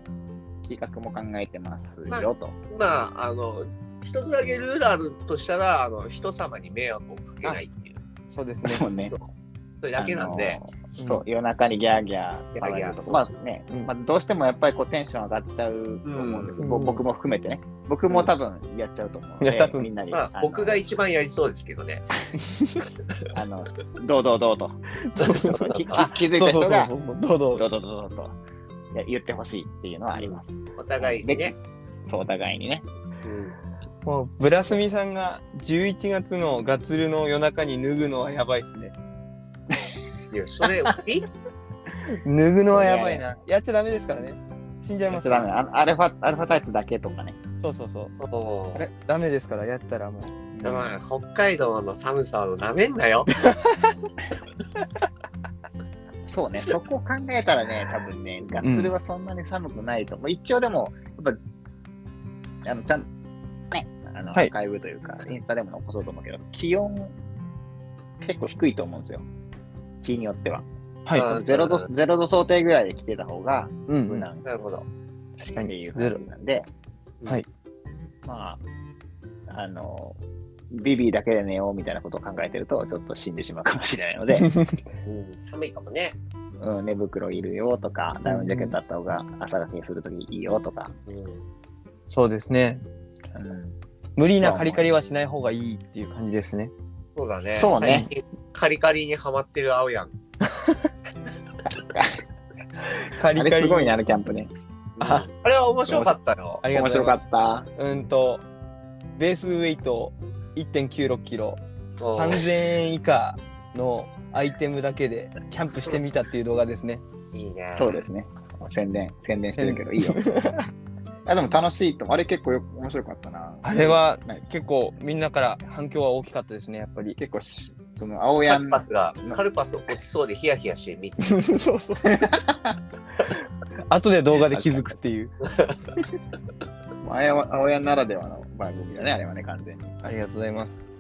企画も考えてますよと。
まあ、あの、一つだけルールあるとしたら、あの、人様に迷惑をかけないっていう。
そうです
そうね。
それだけなんで。
あのそう、夜中にギャーギャー
ギャーギ
騒
ャー
ぐとか
そう
まあ
そう
ね、
うん
まあ、どうしてもやっぱりこうテンション上がっちゃうと思うんです、
うん
ぼ僕も含めてね僕も多分やっちゃうと思うの
いや多
で、
分
みんなに、
まあ、
の
僕が一番やりそうですけどね。
あのどうどうどうと
そう
きき気づいた
そ
人
うそうそう
が
そうそう。ど
ど
うぞ。
うどうどうどうといや言ってほしいっていうのはあります、
お互いにね。
そうお互いにね
もう、ブラスミさんが11月のガツルの夜中に脱ぐのはやばいっすね。
いや、それ、いい
脱ぐのはやばいな。やっちゃダメですからね。死んじゃい
や
ま
っ
す
ちゃダ
か
メ
ら。
あアルファアルファタイプだけとかね、
そうそうそう。
おー
あれ
ダメですから、やったらもう。
まあ、北海道の寒さをなめんなよ。
そうねそこを考えたらね多分ねガッツルはそんなに寒くないと思う、一応でもやっぱあのちゃんねあの、
はい
アーカイブというかインスタでも残そうと思うけど気温結構低いと思うんですよ日によっては
はい。
あー
0度0度想定ぐらいで来てた方が
うんう
無
ん。
難
なるほど。
確
っ
か
て
に。
いう感じなんで、
うん
はい
まああのビビーだけで寝ようみたいなことを考えてるとちょっと死んでしまうかもしれないので
うん寒いかもね。
うん、寝袋いるよとか、ダウンジャケットあった方が朝がけするときいいよとか、
うん
そうですね。
うん、
無理なカリカリはしない方がいいっていう感じですね。
そうだね。
そうね
最近。カリカリにハマってる青やん。
カ
あ
リカ
れ
リ
す。ごいね、あのキャンプね。
あ
あれは面白かったよ
あ。りがと
面
うござい
白か
ま
っ
す。
た。
うんと、ベースウェイト1.96キロ、
うん
3000円以下のアイテムだけでキャンプしてみたっていう動画ですね。
いいね。
そうですね。宣伝、宣伝してるけど、いいよ。 あでも楽しいと思う、あれ結構よ面白かったな。
あれは
はい
結構みんなから反響は大きかったですね、やっぱり。
結構しその、青
カ
やん
ルパスが、カルパス落ちそうでヒヤヒヤして見て、
そうそう。後で動画で気づくっていう。
青やんならではの番組だね、あれはね、完全に。
ありがとうございます。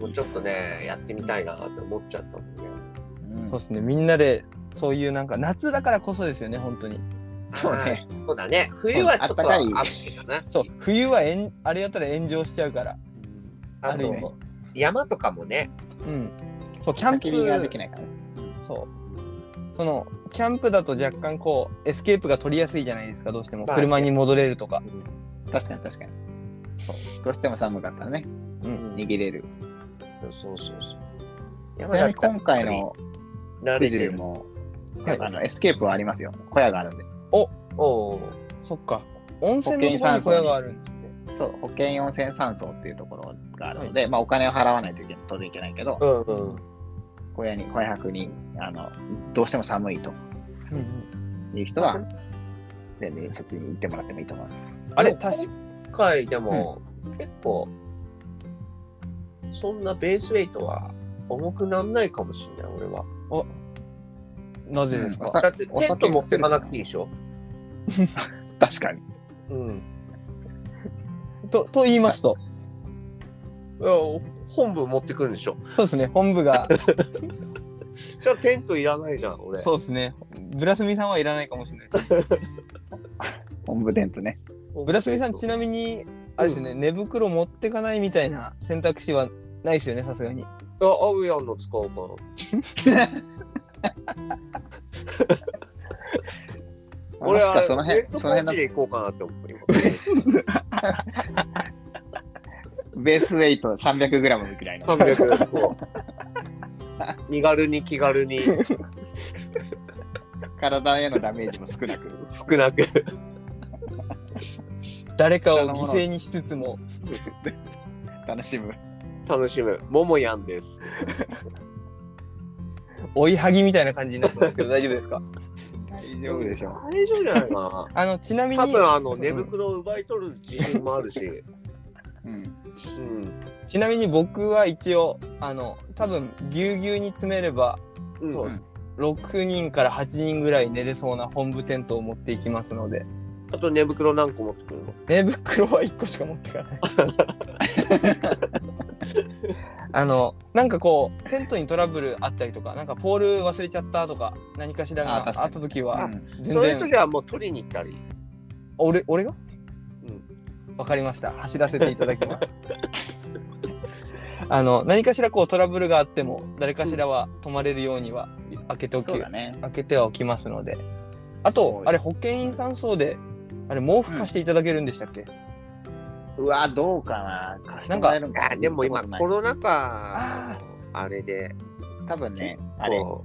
もうちょっとね、やってみたいなって思っちゃったもんね。
うん
そうですね。みんなで、そういうなんか、夏だからこそですよね、本当に。
そうね
あーそうだね。冬はちょっと
あ
あ
ったかい
雨かな。
そう、冬はえんあれやったら炎上しちゃうから。
あ
ある意味
と、山とかもね。
うん。そう、キャン
焚き火がで
プ
き、ないからね。
そう。その、キャンプだと若干こう、エスケープが取りやすいじゃないですか、どうしても。
まあ
車に戻れるとか。
確かに確かに。どうしても寒かったらね、
うん。
逃げれる。
そうそうそう。
ち
山
な
だ
み
っ
に
たら
今回の
慣
ス
れ
ケジュー
て
ル
る。
も、
はい
あのエスケープはありますよ。小屋があるんで。
おう
そっか。温泉のところに小屋があるんですね。
そう、保険温泉山荘っていうところがあるので、まあお金を払わないといけない当然いけないけど、
うんうん。
小屋に、小屋泊に、あの、どうしても寒いと
うんうん
いう人は、全然そっちに行ってもらってもいいと思います。
あれ、
でも
確か
今回でも、結構、そんなベースウェイトは重くなんないかもしれない、俺は。
なぜですか、
あ
だって
お
テ
酒
ント持ってかなくていいでしょ。
確かに。
うん。
と、と言いますと、
いや本部持ってくるんでしょ。
そうですね、本部が、
じゃあテントいらないじゃん、俺。
そうですね、ブラスミさんはいらないかもしれない。
本部伝とね。
ブラスミさん、ち
な
なみに、あれですね、寝袋持ってかないみたいな選択肢はないですよね、さすがに。
みに。あ、合うやんの使おうかな。俺
俺
は
は
そ
そ
の
の
辺、
辺、
そ
そ
の
の辺
辺
の
で行こうかなって思ってます。
ベースウェイト 300g ぐらい の。
300こう身軽に気軽に
体へのダメージも少なく。
少なく。
誰かを犠牲にしつつも、
楽しむ。
楽しむ。ももやんです。
追いはぎみたいな感じになって ますけど、大丈夫ですか
大丈夫でしょう。
大丈夫じゃないかな。
あの、ちなみ
多
に、
分あの
そう
寝袋を奪い取る自信もあるし、
うん。、
うん
ちなみに僕は一応、あの、多分ぎゅうぎゅうに詰めれば、
うん、
そううん6人から8人ぐらい寝れそうな本部テントを持っていきますので、
あと寝袋何個持ってくるの
寝袋は1個しか持って かない。あのなんかこうテントにトラブルあったりとかなんかポール忘れちゃったとか何かしら
あ確
が
かに
あった時は
うん
全
そういう
然、
時はもう取りに行ったり。
俺俺が
うん
わかりました走らせていただきます あの何かしらこうトラブルがあっても誰かしらは泊まれるようには開けておき、
そうだね。
開けてはおきますのであと
そう
あれ保険員さんそうであれ毛布貸していただけるんでしたっけ、
うわ、どうかな。貸してもらえるんかな
あでも今
見た
コ
ことない
ロナ
あ
禍のあれで、
多分ね、あれ、
こ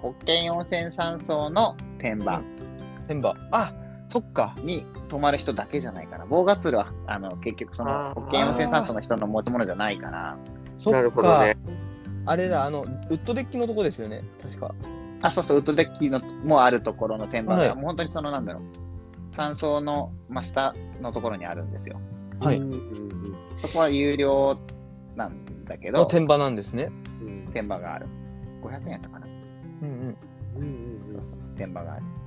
う
国権温泉山荘の天板
メンバーあそっか
に泊まる人だけじゃないかな。ボーガツルは、あの、結局そ
あ
の、
ー
国権温泉山荘の人の持ち物じゃないから。
そっか
なるほどね。
あれだあのウッドデッキのとこですよね確か
あ、そうそう、ウッドデッキのもあるところの天板が、
はい
もう本当にその、なんだろう。山荘の真下のところにあるんですよ。
はい
うんうん
そこは有料なんだけ
の
ど、
天場なんですね
うん
天板がある。500円やったかな
うんう
うん
ん
うん
天板がある。
うん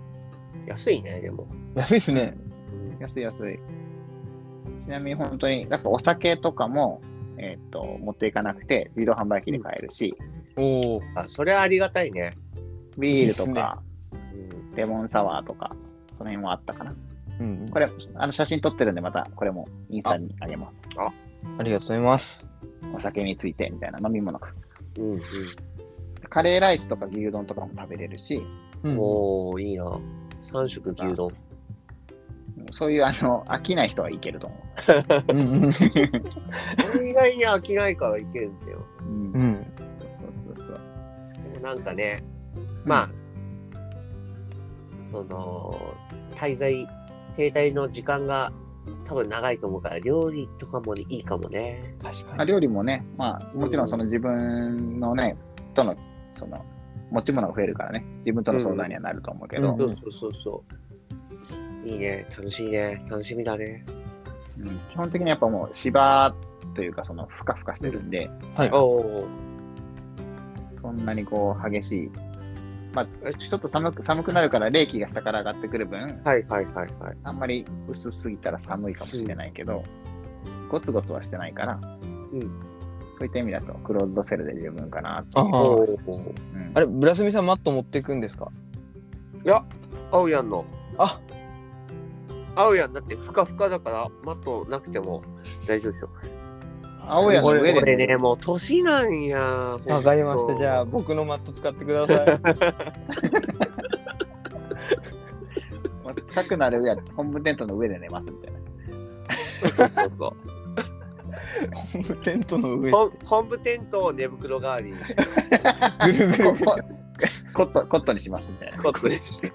安いね、でも。
安いですね
うん
安い安い。ちなみに本当に、だからお酒とかも、えっと持っていかなくて、自動販売機で買えるし、
おお
あ、それはありがたいね。
ビール
いい
と
っすね
か、
うん
レモンサワーとか、その辺もあったかな。
うん
これ、あの写真撮ってるんで、またこれもインスタにあげます。
ありがとうございます
お酒についてみたいな飲み物か。
うんうん
カレーライスとか牛丼とかも食べれるし、
うん
おおいいな。三食牛 丼。
そういうあの飽きない人はいけると思
うんう
俺
ん
意外に飽きないからいけるんだよ。
う。うん
う
そうんそうそう
でもなんかね、まあ、その、滞在、停滞の時間が多分長いと思うから、料理とかもいいかもね。
確
まあ
かに
料理もね、まあ、もちろんその自分のね、との、その、持ち物が増えるからね、自分との相談にはなると思うけど、
うん
そうそうそうそう。いいね、楽しいね、楽しみだね。
基本的にやっぱもう芝というかそのふかふかしてるんで、
はい
おお、
んなにこう、激しい。まあ、ちょっと寒く寒くなるから、冷気が下から上がってくる分、
はいはいはいはい。
あんまり薄すぎたら寒いかもしれないけど、ゴツゴツはしてないから、
うん
そういった意味だと、クローズドセルで十分かな
あ
お
ー
ー
うん
あれ、ブラスミさん、マット持っていくんですか
いや、青やんの。
あ
青やんだってふかふかだから、マットなくても大丈夫でしょ。
青やの上
こ
で
れね、もう年なんや。
わかりました。じゃあ、
あ。
僕のマット使ってください。
まあ近くなる上は本部テントの上で寝ますみたいな。
そうそうそうそ
ホームテントの上
う。
に
本本部テントを寝袋代わりにして、
ぐるぐる ぐる。
ここコットコットにしますみたいな。
コットにして。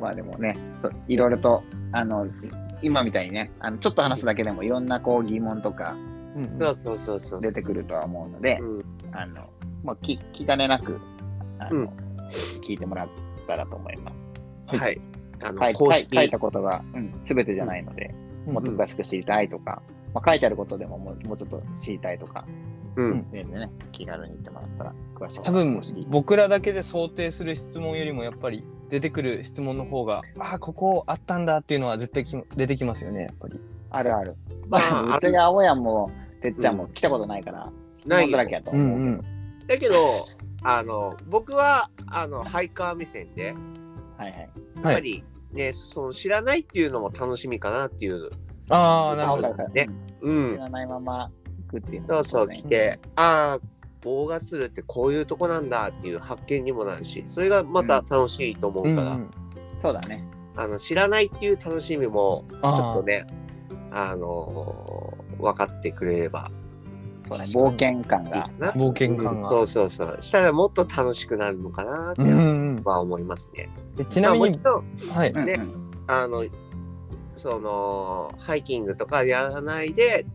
まあでもね、そういろいろと、あの、今みたいにね、あのちょっと話すだけでもいろんなこう疑問とか
うん
そうそうそうそう。
出てくるとは思うので、
うん。
あの、まあ、き気兼ねなく、あの
うん
聞いてもらったらと思います。
はい。あの、
書い
公
書い
式
書いたことが、うん、全てじゃないので、
うん
もっと詳しく知りたいとか、まあ、書いてあることでももうもうちょっと知りたいとか、
うん。
全部ね、気軽に言ってもらったら詳しく
多分僕らだけで想定する質問よりもやっぱり出てくる質問の方があーここあったんだっていうのは絶対き出てきますよねやっぱり。
あるある。ま
ま
あ、
あ
うちが青やんも、てっちゃんも来たことないから、
ない
質問だらけやと
う
思う。
んうん。
だけど、あの、僕は、あの、ハイカー目線で、
はいはい。
やっぱり、ね、その知らないっていうのも楽しみかなっていう。
ああなるほ
あ
ど。
わかるわかる
ねう
うん知
ん。
らないまま行くっていうの
そ
も
うそう、
ね
来て、ああ、棒がつるってこういうとこなんだっていう発見にもなるし、それがまた楽しいと思う
うんう
から、
ん。
そうだね。
あの知らないっていう楽しみも、ちょっ
あ
とね、あのー分かってくれれば
そうだね
確か
冒険
に
感
いい
が
か。な。
あ冒険感
うん
が。
そうそうそう。したらもっと楽しくなるのかなって
うん
いううん
うん
のは思いますね。
えちなみ
まあも
に
ちろん、
はい。
うん
ね
うん
あの、その、ハイキングとかやらないで、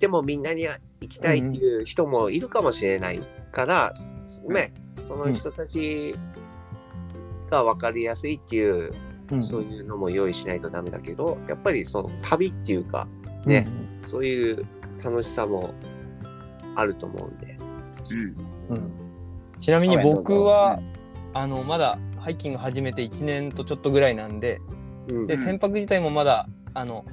でもみんなに行きたいっていう人もいるかもしれないから、ね、その人たちが分かりやすいっていう、
うん
そういうのも用意しないとダメだけど、やっぱりその旅っていうか、ねそういう楽しさもあると思うんで。
うん
うんうんちなみに僕はあのまだハイキング始めて1年とちょっとぐらいなんで
うん
で
うん
天白自体もまだあの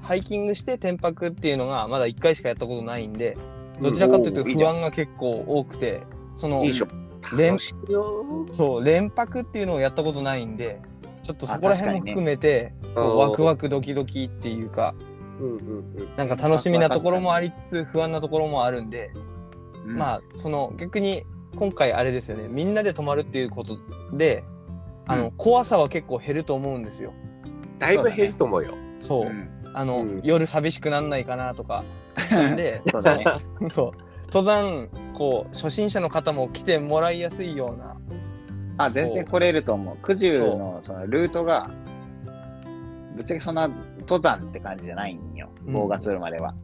ハイキングして天白っていうのがまだ1回しかやったことないんでどちらかというと
おーいいじ
不
ゃん
安が結構多くてその
いいでしょ。
連
楽しいよ。
そう連泊っていうのをやったことないんでちょっとそこら辺も含めて、
確かにね
こうワクワクドキドキっていうか
うんうんうん。
なんか楽しみなところもありつつ不安なところもあるんで、
うん
まあその逆に今回あれですよねみんなで泊まるっていうことであの、
うん
怖さは結構減ると思うんですよ。
だいぶ減ると思うよ。
そう、
うん
あの、
うん
夜寂しくなんないかなとかなんで
そうだね。
そう登山こう初心者の方も来てもらいやすいような
あ、全然来れると思う。九十のそのルートが、ぶっちゃけそんな登山って感じじゃないんよ。
うん
棒がつるまでは。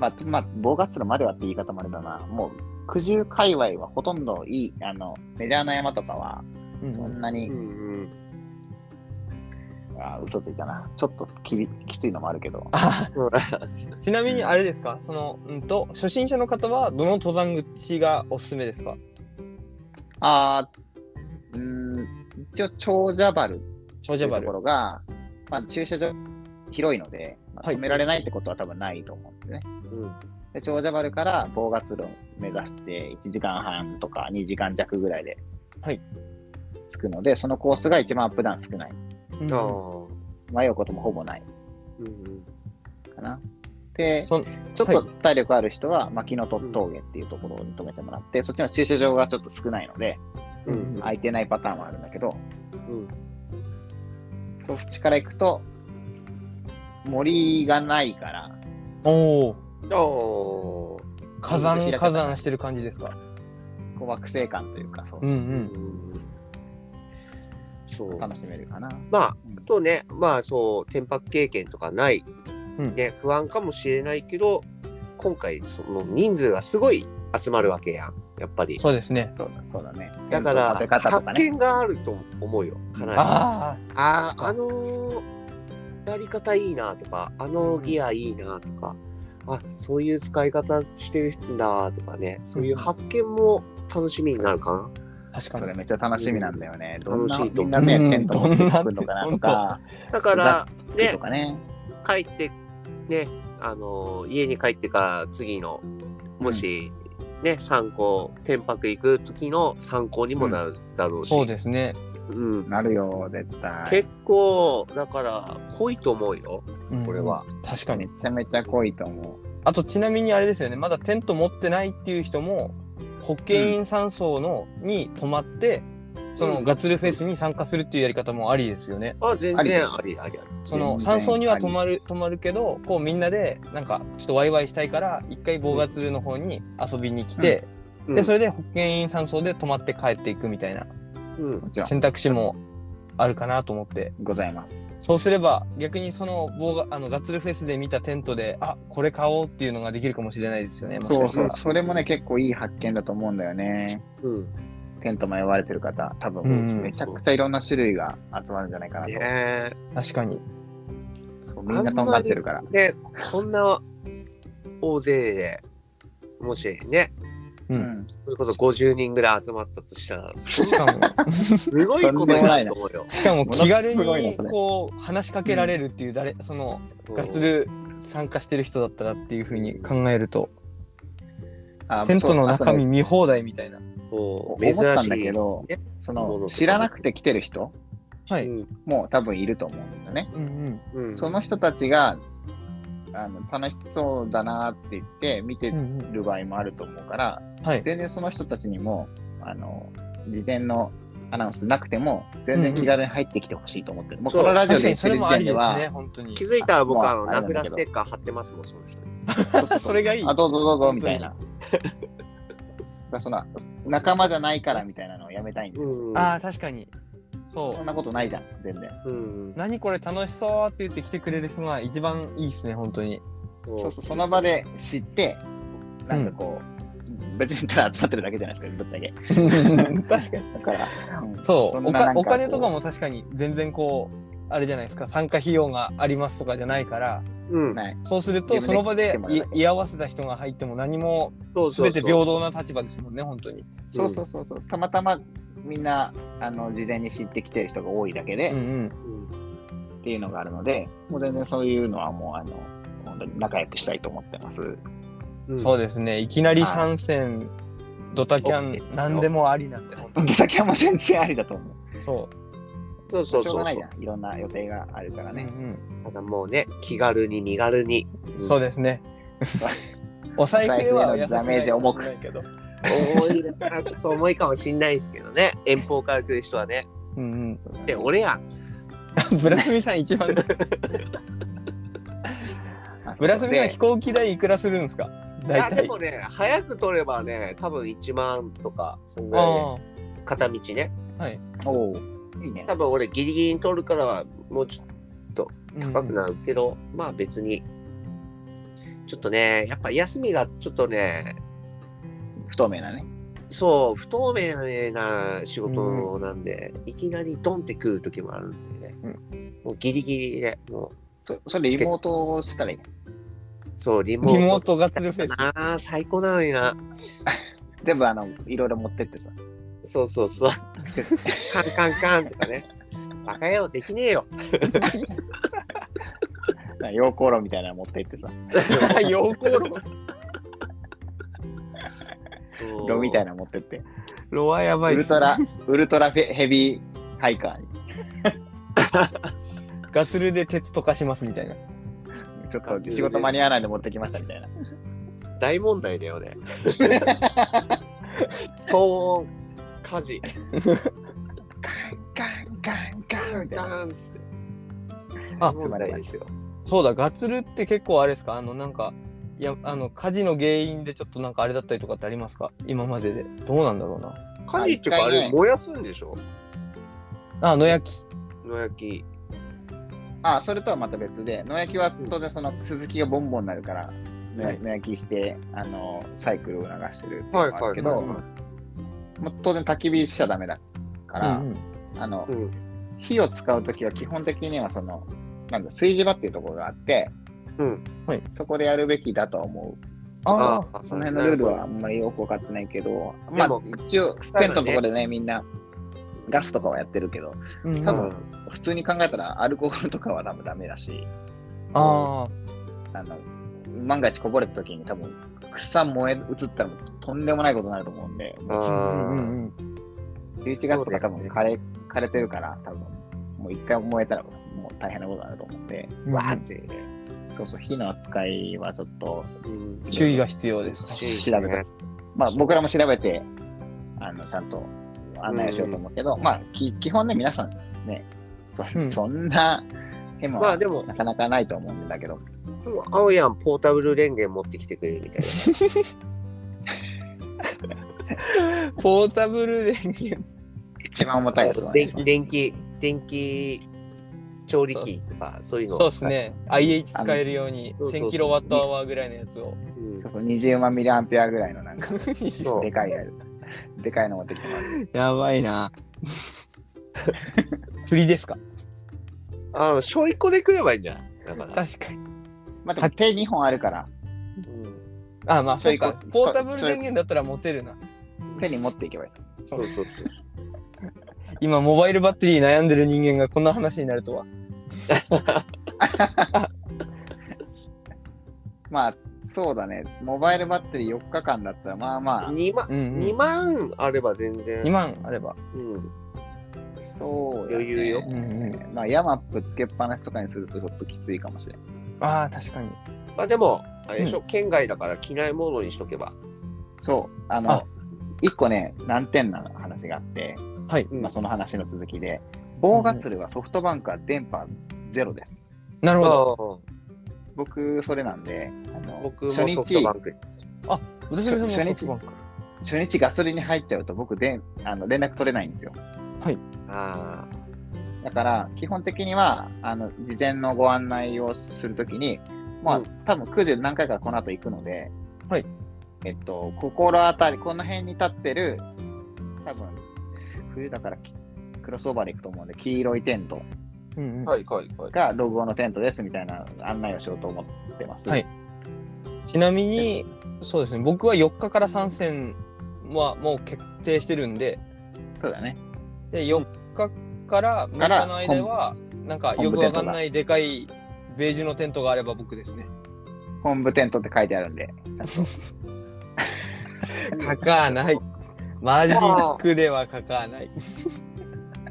まあ、まあ、棒がつるまではって言い方もあれだな。もう、九十界隈はほとんどいい、あの、メジャーな山とかは、
うん
そんなに、
うんうん。
あ嘘ついたな。ちょっときびきついのもあるけど。
あちなみにあれですか、その、うんと、初心者の方はどの登山口がおすすめですか
あーうーん、一応、長者バル
長
って
者
いう
バ
と
ル
こ。ろが、まあ、駐車場広いので、まあ
はい
止められないってことは多分ないと思うんですね。
うん
で長者丸から棒月路を目指して1時間半とか2時間弱ぐらいで
はい
着くので、そのコースが一番アップダウン少ない。
うん
ああ。
迷うこともほぼない
うんうん。
かな。で、ち
そ
ょ
ん
っと体力ある人は牧野鳥峠っていうところに止めてもらって、そっちの駐車場がちょっと少ないので、
うん
空いてないパターンはあるんだけど、
うん。
そっちから行くと、森がないから、
おお、
おー
火
ちょっ
山、
と開けた
火山してる感じですか。
こう惑星感というか、そう
うんう。
うんんそう。
楽しめるかな。
まあ、
うん
あとね、まあそう、天白経験とかない、
うん
ね、不安かもしれないけど、今回、その人数がすごい集まるわけやん、やっぱり。
そうですね。
そうだそうだね。
だか
食
ら、
べ方とか
発
ね。
見があると思うよ、かなり。ああ
あ
ー、あのーやり方いいなとか、あのギアいいなとか、あそういう使い方してるんだとかねそういう発見も楽しみになるかな。
確か
そ
に
れ。めっちゃ楽しみなんだよね。どんな、
楽しいと
みん
思う
なね、
うん
テント持ってくるのかな
どん
と
な
か、
だから
手
ね
とかね。
帰ってねあの家に帰ってから次のもし、ね参考天泊行く時の参考にもなるだろうし、
そうですね。
うん
なるよ、絶対。
結構だから濃いと思うよ
うん
これは。
確か
め
に。
ちゃめちゃ濃いと思
あとちなみにあれですよね。まだテント持ってないっていう人も保健員山荘のに泊まって、そのガッツルフェスに参加するっていうやり方もありですよね。
あ全
あり
然ありありあり
そ
全
の
然
山荘には泊まる泊まるけどこうみんなでなんかちょっとワイワイしたいから一回棒ガツルの方に遊びに来て、
うん
でそれで保健員山荘で泊まって帰っていくみたいな
うん
う。もちろん、
選択肢もあるかなと思って
ございます。
そうすれば逆にその棒があのガッツルフェスで見たテントであこれ買おうっていうのができるかもしれないですよねもし
そ
か
う
した
そ
ら
う、それもね、結構いい発見だと思うんだよね。
うん
テント迷われてる方、多分、
うん
めちゃくちゃいろんな種類が集まるんじゃないかなと。
ねえ
確かに
そうみんなとんがってるから。
でこんな大勢でもしね
う
うんん、
それこそ50人ぐらい集まったとしたら
し か も
すごいことになると思うよ。
しかも気軽
ものすごいな
に
それ
こう話しかけられるっていう誰そのガッツル参加してる人だったらっていうふうに考えると
あ
テントの中身
そう
見放題みたいな。
あ
ことう
ね
珍
思った
し
んだ
い
けど
ね、
そ
もの
の
とか
知らなくて来てる人
は
う。ん
も多分いると思うんだよね。
うんうん。
うん
その人たちがあの楽しそうだなって言って見て
うんうん
る場合もあると思うから、
はい。
全然その人たちにもあの事前のアナウンスなくても全然気軽に入ってきてほしいと思ってる。もう
そう
このラジオで
確かに
言っ
そ
て
れ
る
も
時
あ
点
り
で
です
は
ね、本当に
気。づいたら僕
まあ
あの
あれな
名
んだけど
札ステッカー貼ってますもんその人
そうそう
それがいい。
あどうぞどうぞ
本
み
当
た
に
いな。その仲間じゃないからみたいなのをやめたいんですよ。
うん
ああ、確かに。そ
そん
う。
なことないじゃん、全然。
うん
何これ楽しそうって言って来てくれる人が一番いいですね、本 当に。
そうそうその場で知って、なんかこう、別にただ集まってるだけじゃないですか、ぶっちゃけ。
確かに。
だから、うん
そう
そん
お
な
か
なんかこう
お金とかも確かに全然こう、あれじゃないですか、参加費用がありますとかじゃないから、
うん
ない
そうすると、
自
そ
分で
の場で
来てもらう
い
だけ
居合わせた人が入っても何も
そうそう
全
そ
て
う
平等な立場ですもんね、本当に。
そうそうそうそう、たまたまみんなあの事前に知ってきてる人が多いだけで、
うんうん。
うん
っていうのがあるので、もう全然そういうのはもうあの本当に仲良くしたいと思ってます。
うん
そうですね、いきなり参戦、ドタキャ
オッケ
ン、
ー
なんでもありなんて、本当に。
先はもう全然ありだと思う。
そ
そうそう
しょう
そ
が
う
ない
そ
じゃ
う
ん、いろんな予定があるから
う。
ね。
ただもうね気軽に身軽に
うんそうですね。お財布は優しくない
ダメージ重く
かもしれないけど。
重いなちょっと重いかもしんないですけどね遠方から来る人はね
うん
で俺やん
うん。ブラスミさん一番。
あそう
ブラスミさん
で
飛行機代いくらするんですか大
あで
体。
もね早く取ればね多分1万とかそんぐらい
あ
で片道ね
あ。はい。
おういいね
多。分俺ギリギリに取るからもうちょっと高く
る。
なるけど、まあ別にちょっとねやっぱ休みがちょっとね
不透明なね。
そう不透明な仕事なんで、いきなりドンって来る時もあるんでね、
うん
もうギリギリでも
そそれリモートをしたらいいね。
うそうリモ
リモ
ー
ー
ト
トガッツルフ ェス。
ああ最高なのにな
全部あのいろいろ持ってってさ。
そうそうそうカンカンカンとかねバカ野郎できねえよ
なんか陽光炉みたいなの持ってってさ。
陽光炉。
炉みたい
な
なの持ってって。
炉はやば
ウ
い
ル
です
ト。ラ、ウルトラフェヘビーハイカーに。
ガッツルで鉄溶かしますみたいな。
ちょっと仕事間に合わないんで持ってきましたみたいな。
大問題だ よね騒音火事
ガンガンガンみたいな。
ガンっつって
あ
大問題ですよ
そうだ、ガッツルって結構あれですかあの、なんか、いや、あの、火事の原因でちょっとなんかあれだったりとかってありますか今までで。どうなんだろうな。
火事っていうかあ
一回ね
れ燃やすんでしょ
あ、野焼き。
野焼き
あ、それとはまた別で、野焼きは当然その鈴木がボンボンになるから、野
はい
野焼きして、あの、サイクルを流してるっていう
はい
のがあ
は
る
い
け
は
ど、
い
もう当然焚き火しちゃダメだから、
うんうん
あの
う、ん
火を使うときは基本的にはその、なんだ、炊事場っていうところがあって、
うん。
そこでやるべきだとは思う。
あ
あ
その辺のルールはあ
なる
んまりよく分かってないけど、
ほ
ま
どで
あ
も、
一応、
草がね
テントのとこでね、みんなガスとかはやってるけど、
ー、うん
多分普通に考えたらアルコールとかは多分ダメだし、
あ
あの、万が一こぼれた時に多分、草燃え移ったらとんでもないことになると思うんで、
あ、
あー
うんうんうん
11月とか多
そうだ
分
ね
枯れ枯れてるから、多分もう一回燃えたらもう大変なことになると思うんで、
うん。
わーってね。
そうそう、火の扱いはちょっと
うん
注意が必要です。
注意です
調べた
ね。
まあ、僕らも調べて、あのちゃんと案内をしようと思うけど、まあ、き基本ね、皆さんね、そ,、
うん
ん、そんな変
ま
は
あでも、
なかなかないと思うんだけど、
でも青やんポータブル電源持ってきてくれるみたいな。
ポータブル電源。
一番重たいやつは、ね
電、電気、電気調理器とか、そういうの。
そうですね。IH 使えるように
あの
1000キロワットアワーぐらいのやつを。
うん
そうそう20万ミリアンペアぐらいのなんか、
そう
でかいやつ、でかいの持ってきてもらって
やばいな。振りですか
あの、小一個でくればいいんじゃないだから。
確かに。
まあ、でも手2本あるから、
うん
あ、まあ、
そ
そう
いううこ
か。ポータブル電源だったら持てるな。
手に持っていけばいい。
そうそうそう。
今、モバイルバッテリー悩んでる人間がこんな話になるとは。
まあ、そうだね、モバイルバッテリー4日間だったら、まあまあ、
2万、
うんうん
2万あれば全
2
然、
万あれば。
うん、
そう、ね、
余裕よ
うんうん。
まあ、ヤマップつけっぱなしとかにするとちょっときついかもしれない。
ああ、確かに。
まあでもあれでしょ、県外だから機内モードにしとけば、
そう、あ
あ
の、一個ね、難点な話があって、
はい。
うん
まあ、その話の続きで、棒ガツルはソフトバンクは電波ゼロです。
なるほど。
僕、それなんで、あ
ああ
の
僕も
初
ソフト
日
バンクです
私もその
初日
ソフトバンク
初日ガツルに入っちゃうと、僕であの、連絡取れないんですよ。
ああ
だから、基本的には、あの事前のご案内をするときに、まあ、
うん
多分9時何回かこの後行くので、
はい
えっと、心当たり、この辺に立ってる、多分冬だからきクロスオーバーで行くと思うんで、黄色いテント
うんうん。
いはいはい
がログオンのテントですみたいな案内をしようと思ってます。
はいちなみに、そうですね。僕は4日から参戦はもう決定してるんで、
そうだね。
で4日から6日の間はなんかよくわかんないでかいベージュのテントがあれば僕です ね。
本部テントって書いてあるんで、
書かない。マジックでは書かない。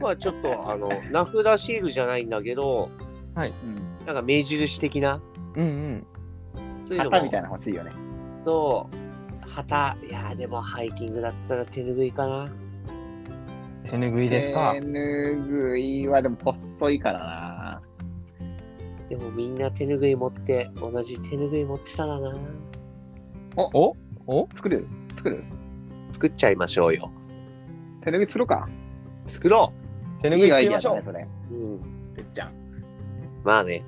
まあちょっとあの名札シールじゃないんだけど
うん、
なんか目印的な
うんうん。
そういうのも
旗みたいなの欲しいよね。
と旗いやーでもハイキングだったら手拭いかな
手ぬぐいですか
手。拭いはでも細いからな。
でもみんな手拭い持って同じ手拭い持ってたらな
おお
作る作る
作っちゃいましょうよ
手拭い作ろうか。
作ろ
手ぬぐいつけまし
だ
ょ
ね、
う。
それ。
う、うん、
てっちゃん。
まあね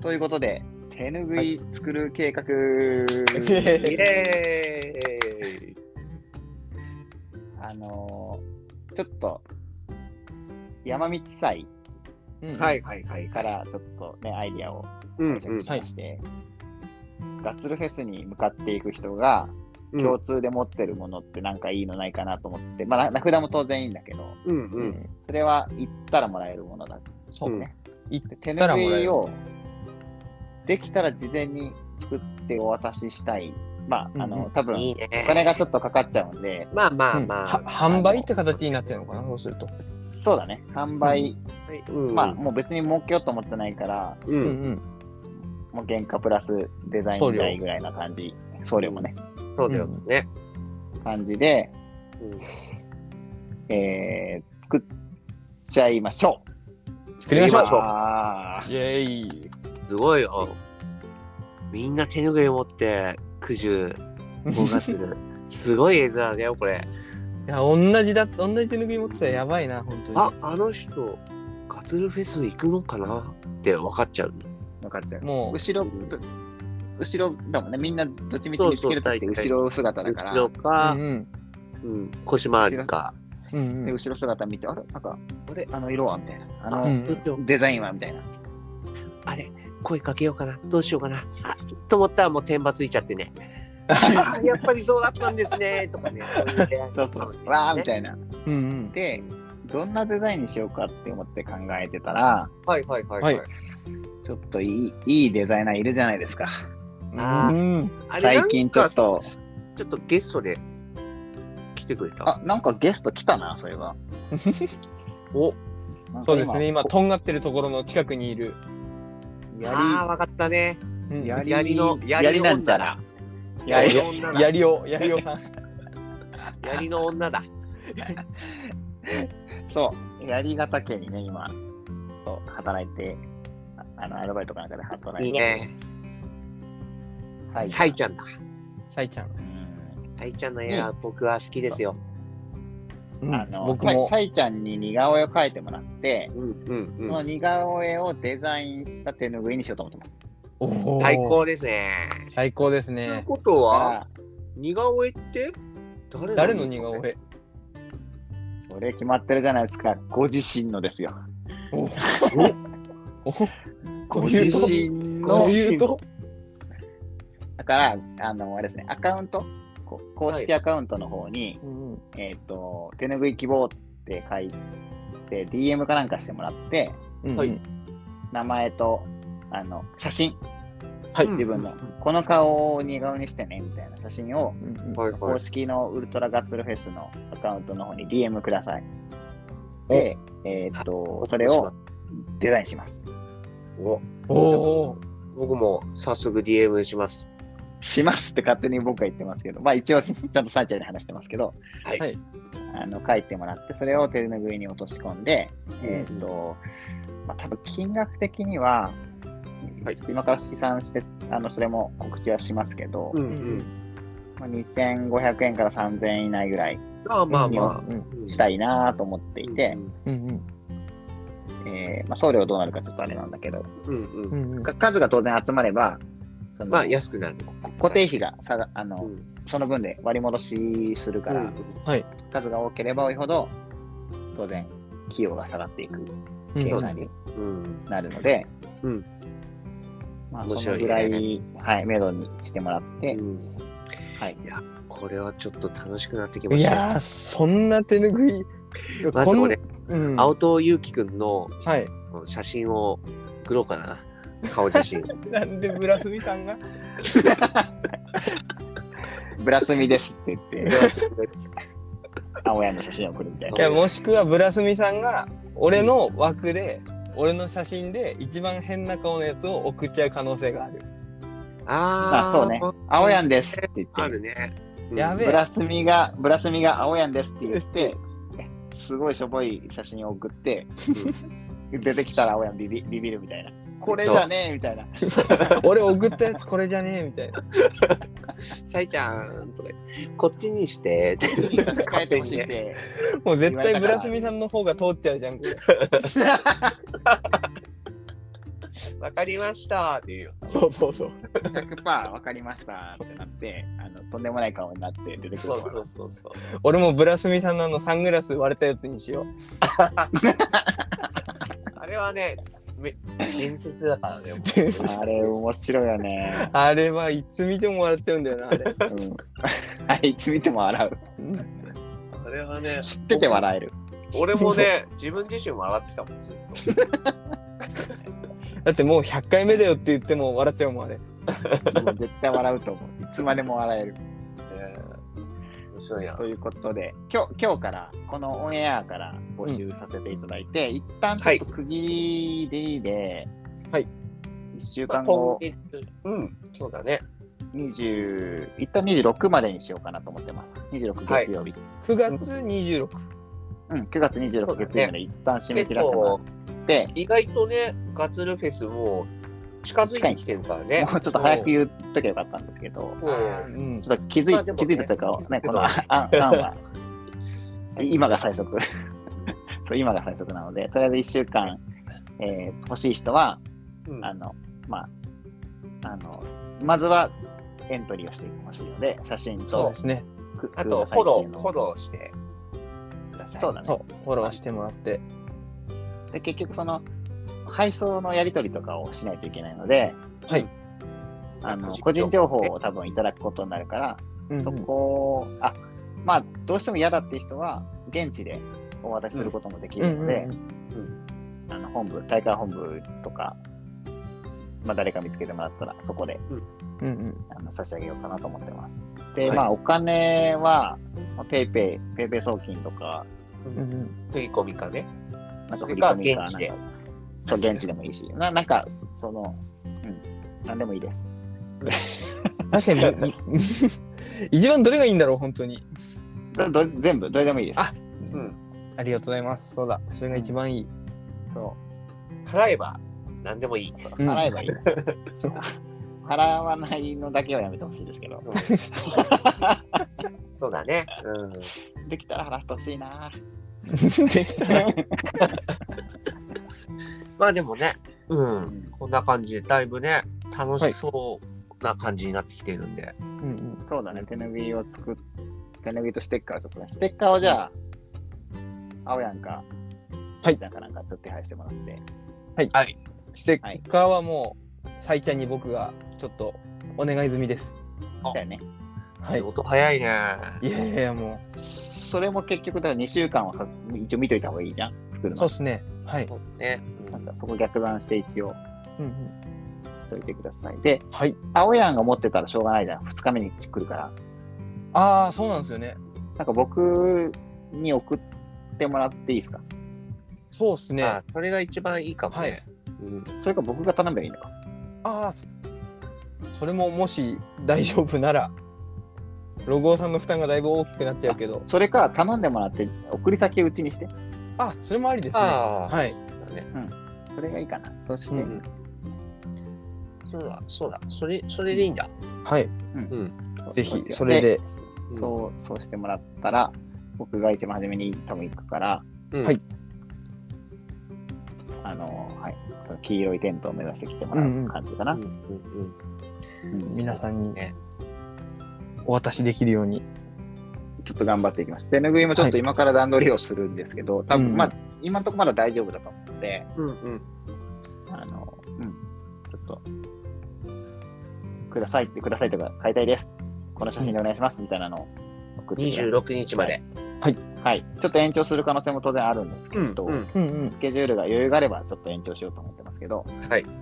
ということで、手ぬぐい作る計 画。
イエーイ
あのーちょっと、山道祭
うん
はい。はいはいは
か
い。
らちょっとね、アイディアを
うんう
解釈
ん
し。まして、ガッツルフェスに向かっていく人が、共通で持ってるものってなんかいいのないかなと思って、まあ、な名札も当然いいんだけど、
うんう。
うんん。
それは行ったらもらえるものだっ
そう
うん
ね。
て、手
たら
拭
もらえ
い
る
をできたら事前に作ってお渡ししたい。まあ、あ
うんう
の
ん、
多分
いい
お金
ね。
がちょっとかかっちゃうんで、
まあまあ
うん
ま
は
あ。
販売って形になってるのかなそうすると。
そうだね、販売、
はいうん
まあ、もう別に儲けようと思ってないから、
う
うん
ん。
うん。
もう原価プラスデザイン代ぐらいな感じ、送料もね、
そうだよね。
感じで、
うん
えー、作っちゃいましょう。
作りましょ
行きましょ
う。
あ
イエイ。
すごいよ。みんな手ぬぐい持って、九十五月 で。すごい絵面だよ、これ。
いや、同じだ、同じ手ぬぐい持ってたらやばいな、本当に。
あ、あの人、カツルフェス行くのかなって分かっちゃう。
ー、分かっちゃう。
も
後ろ、後ろだもんね、みんなどっちみち見つけるときって
そうそう
後ろ姿だから
後ろ、
う。
か
うん、うん。
うん腰回りか。
うん
で
うん。
後ろ姿見て、あれなんか、あれあの色はみたいな。あ
あ
の、
うん
ちょっと
デザインはみたいな。
あれ、声かけようかなどうしようかなあと思ったらもう天罰ついちゃってねやっぱりそうだったんですねとかねそういう出会い
そう
か
そ
もしれ
う。わー
ない
み
ですね
たいな。
うんうん。
で、どんなデザインにしようかって思って考えてたら、
はいはいはいはい、
はい
ちょっといいいいデザイナーいるじゃないですか。
あー
うん
あれ
最近ちょっ
なんか
と、
ちょっとゲストで来てくれた
あ、なんかゲスト来たな、そういえば。
お
なんか
そうですね、今、とんがってるところの近くにいる。
あー
や
わかったね
うん
やり
槍の
やりなんちゃらり、や
やり
り、
の女だ
やりお、やりおさん。
やりの女だ
そう、やり方家にね、今、
そ
働いて、ああの、アルバイトかなんかで働
いい
いて、
ね
サイ
サイちゃんだ
さいちゃん。
う
サイちゃんの絵は僕は好きですよ
うん
んあの、
僕
僕も
も
サ。イちゃんに似顔絵を描いてもらって、
うんうん
そうの
ん
似顔絵をデザインした手ぬぐいにしようと思ってます。
おー
最。高ですね
最高です
という
ね。
こと
だか
は
ら
似顔絵って誰
誰の似顔絵
それ決まってるじゃないですか、ご自身のですよ。
おお
ご
どういう
自
こと
身
ど
の
う、いうと
だから、あの、あれですね、アカウント、こ公式アカウントの方に、
うんうん
えっ、と、手ぬぐい希望って書いて、DM かなんかしてもらって、
うん
はい
名前と、あの、写真、
はい
自分の
うん、
この顔を似顔にしてね、みたいな写真を、
うんうん
はいは
公
い
式のウルトラガッツルフェスのアカウントの方に DM ください。で、えっ、と、それをデザインします。
お
おー
僕も早速 DM します
しますって勝手に僕は言ってますけど、まあ一応ちゃんとサイちゃんに話してますけど、
はい
はい
あの書いてもらって、それを手ぬぐいに落とし込んで、えっ、と、まあ多分金額的には、
はい
今から試算して、あのそれも告知はしますけど、
うん
うん
まあ2500円から3000円以内ぐらい
まあまあま
うん
あ
した
い
いなと思っていて、
うん
えーまあ、送料どうなるかちょっとあれなんだけど、
うんうん
う
うん
んうん
か数が当然集まれば、その
まあ安くなる
こ固定費が下があの、
うん
その分で割り戻しするから、数が多ければ多いほど、当然、費用が下がっていく
うん
計
そうだ
算
ね
に
うん
なるので、
うん
まあ、
面
そ
白
の
いね
ぐらい、はい、メドにしてもらって、
うん
はい、
いやこれはちょっと楽しくなってきま
い
した
やーそんな手ぬぐい
まず
こん
俺、
うん、
青戸祐樹くんの
はい
写真を送ろうかな。顔写 真。
なんで村住さんが
ブラスミですって言って、青山の写真を送るみたい
い
な。
やもしくは村住さんが俺の枠で、俺の写真で一番変な顔のやつを送っちゃう可能性があ る、
あ
あ
ー
そうね。青やんですって言
あ
って
る、ね。うん
やべえ
ブラスミが、ブラスミが青やんですって言って、すごいしょぼい写真を送って、出てきたら青やんビビビビるみたいな。これじゃねえみたいな。
俺送ったやつこれじゃねえみたいな
さいちゃんとか、こっちにし て。
変え
勝
て
手
ほ
に
しいっ
ね。
て。
もう絶対村住さんの方が通っちゃうじゃんこれ
わかりましたっていうよ。
そうそうそう
100%分かり ましたってなってあの、とんでもない顔になって出てくる
そうそうそうそう。
俺も村住さんのあのサングラス割れたやつにしよ
あれはね、め伝説だからね。もう
う
あれ、面白いよね。
あれはいつ見ても笑っちゃうんだよなあ れ
うん、 あいつ見ても笑
あれはね
う。、知ってて笑える。
俺もね、自分自身も笑ってたもん、ずっと。
だってもう100回目だよって言っても笑っちゃうもんあれ
うん絶対笑うと思う。いつまでも笑える。
えー面白いな
と。いうことで、今日今日から、このオンエアから募集させていただいて、一旦ちょっと区切りで、
はい
1週
まあ
間後、
今月うん、そうだね。
20一旦26までにしようかなと思ってます。26
はい
月曜日。
9月26
うん、9月26月曜日まで一旦締め
結
切らせてもらっ
構
て、
意外とね、ガッツルフェスもう近づいてきてるからね。
もうちょっと早く言っときゃよかったんですけど、
そう
うん
ちょっと気づい,、
まあでもね
気づいたというか、ね、
気づ
こ
いた
の
の
ああ案 は、今が最速 そう、今が最速なので、とりあえず1週間、えー欲しい人は、
うん
あの、まあ、あの、まずはエントリーをしてほしいので、写真
そう
と
で、すね
く
あと、フォロー、フォローしてください。
そうだね
そうフォローしてもらって
で結局その配送のやり取りとかをしないといけないので、
はい。
あの個
個
人情
人情
報
報
を多分いただくことになるから、
うんうん
そこを、あまあ、どうしても嫌だっていう人は、現地でお渡しすることもできるので、あの本部、大会本部とか、まあ、誰か見つけてもらったら、そこで
うんうん
あの差し上げようかなと思ってます。で、
はい
まあ、お金は、まあペイペイ、ペイペイ送金とか、
うんうん
振り込みかね。
なんか
そ
振
れ
り
か
込みか、
現地で
なんかそう、現地でもいいし、ななんか、その、うん、なんでもいいです。
確かにに 一番どれがいいんだろう本当に
どど全部、どれでもいいです。
あありがとうございますそうだそれが一番いい、
そ
払えば何でもいい。
う、
うん
払えばいい。 払わないのだけはやめてほしいですけど、
そうだね。うん。
できたら払ってほしいな。
できた ら
まあでもね、う。
うんん
こんな感じで、だいぶね、楽しそうな感じになってきてるんで。
うんうん
そうだね、手拭いを作っ、手拭いとステッカーをちょっとね、ステッカーをじゃあ、青やんか、
はい
じゃんかなんかちょっと手配してもらって、
はい。
ステッカーはもうさいちゃんに僕がちょっとお願い済みです
だよね。
は
仕
い
事早いね。
いやいやいやも
それも結局、だから2週間はか一応見といた方がいいじゃん、作る
うそう
の。
ですねはい、
そうね。う
なんんかそこ逆算して一応、
うんうん、
しといてください。で、
はい
青やんが持ってたらしょうがないじゃん、2日目に来るから。
ああそうなんですよね
なんか僕に送ってもらっていいですか
そうですね
あ
あ
それが一番いいかも
は
ね
い。
うん
それか僕が頼めばいいのか。
あそれももし大丈夫ならロゴさんの負担がだいぶ大きくなっちゃうけど
それか頼んでもらって、送り先をうちにして。
あそれもありですね
ああ、
はい
そうだね。
それがいいかな。そして、
うん
そうだ、そうだ。それ、それでいいんだ。
はい
うん。
そう
ぜ
そう
ひ
しよう
それで
そう、そうしてもらったら、僕が一番初めに多分行くから、
うん
はい
あの、はい、その黄色いテントを目指してきてもらう感じかな。
うんう
う
ん
ん
皆さんに
ね
お渡しできるように
ちょっと頑張っていきます。手拭いもちょっと今から段取りをするんですけど、多
う
分
ん
まあ、今のところまだ大丈夫だと思うので、
うん。うんうん。
あの、うん、ちょっと、くださいって、くださいとか、買いたいです。この写真でお願いします、みたいなのを送ってください。
26日まで。
はい。ちょっと延長する可能性も当然あるんですけど、
うん
うんうん
スケジュールが余裕があればちょっと延長しようと思ってますけど、
うん。はい。
ちょ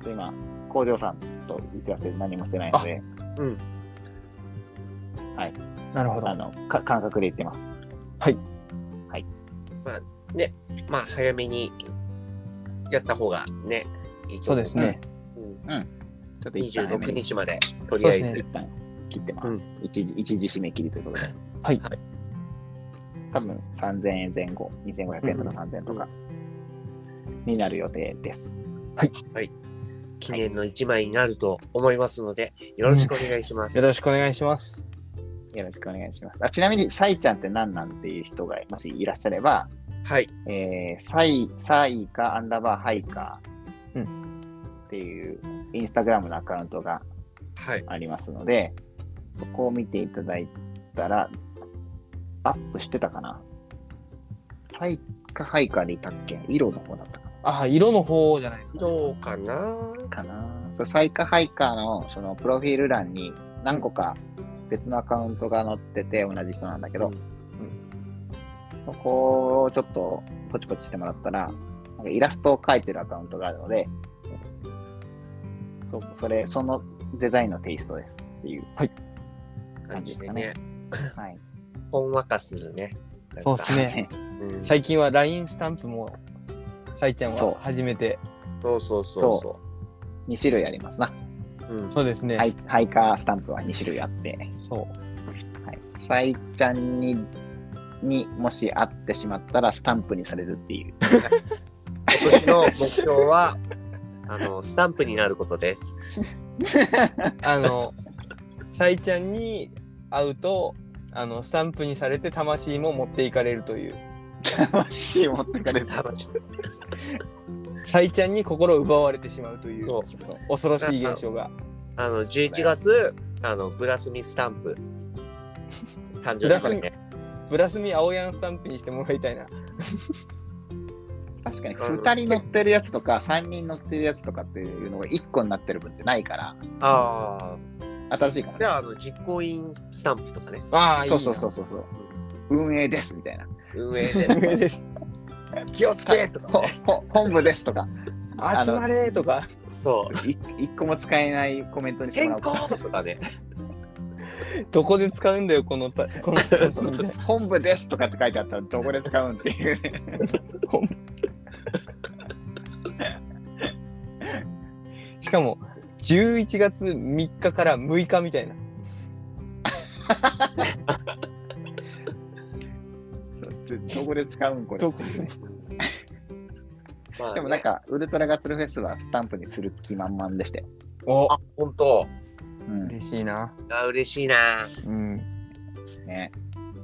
っと今、工場さんと打ち合わせ何もしてないので、
うん。
なるほど
あのか感覚で言ってます。
まあ、早めにやった方がね、いいと
そう
思
ですね、
うん。
ちょっと一旦早め
26
に
日まで、とりあえ
そ
ず。
うですね
一旦切ってます、
うん
一時。一時締め切りということで。
はい
はい
多分3000円前後、2500円とか3000円とかになる予定です。
記念の1枚になると思いますので、よろしくお願いします。
よろしくお願いします
よろしくお願いします。あちなみに、サイちゃんって何なんっていう人がもしいらっしゃれば、
はい。
えー、サイ、サイかアンダーバーハイか
うん
っていうインスタグラムのアカウントが
はい。
ありますので、そこを見ていただいたら、アップしてたかなサイかハイかでいたっけ色の方だったか
ああ色の方じゃないですか
どうかな
なかなそうサイかハイかのそのプロフィール欄に何個か別のアカウントが載ってて同じ人なんだけど、
うん
そこをちょっとポチポチしてもらったら、なんかイラストを描いてるアカウントがあるので、そそれ、そのデザインのテイストですっていう。
感じで
感じ
ね
で。はい。
ほんわかするね。なんか
そうで す。ね
うん
最近は LINE スタンプもさいちゃん
そう
は初めて
そうそうそうそ
2種類ありますな。
う。うん。
そうですね、
ハイハイカースタンプは2種類あって、
そう
はい。サイちゃんに、にもし会ってしまったらスタンプにされるって いう。
今年の目標は、 あの、スタンプになることです。
あの、さいちゃんに会うと、あの、スタンプにされて魂も持っていかれるという、
魂持ってかれた。
さいちゃんに心を奪われてしまうという
そう
恐ろしい現象が。
あの、11月、あの、ブラスミスタンプ。誕生
ブラ
日
ス
ま
ミ
でね。
ブラスミ青ヤンスタンプにしてもらいたいな。
確かに2人乗ってるやつとか3人乗ってるやつとかっていうのが1個になってる分ってないから
あ
新しいか
あ
も
じ
ね
ゃああの実行委員スタンプとかね
ああ、いい
そ
な
うそうそうそうそう運営ですみたいな
運営
運営
で
です。
す気をつけと か
ほ
ね
ほ本部ですとかの
集まれとか。
そう
1個も使えないコメントにして
健
もらおうか
康とかね
どこで使うんだよ、このた、この人たちみたいな
本部ですとかって書いてあったらどこで使うんっていうね
しかも、11月3日から6日みたいな。
どこで使うんこれ
どこ
まあね
でもなんかウルトラガッツルフェスはスタンプにする気満々でして、
お
あ本当
うん
嬉しいな。
あ嬉しいな、
うん。
ね、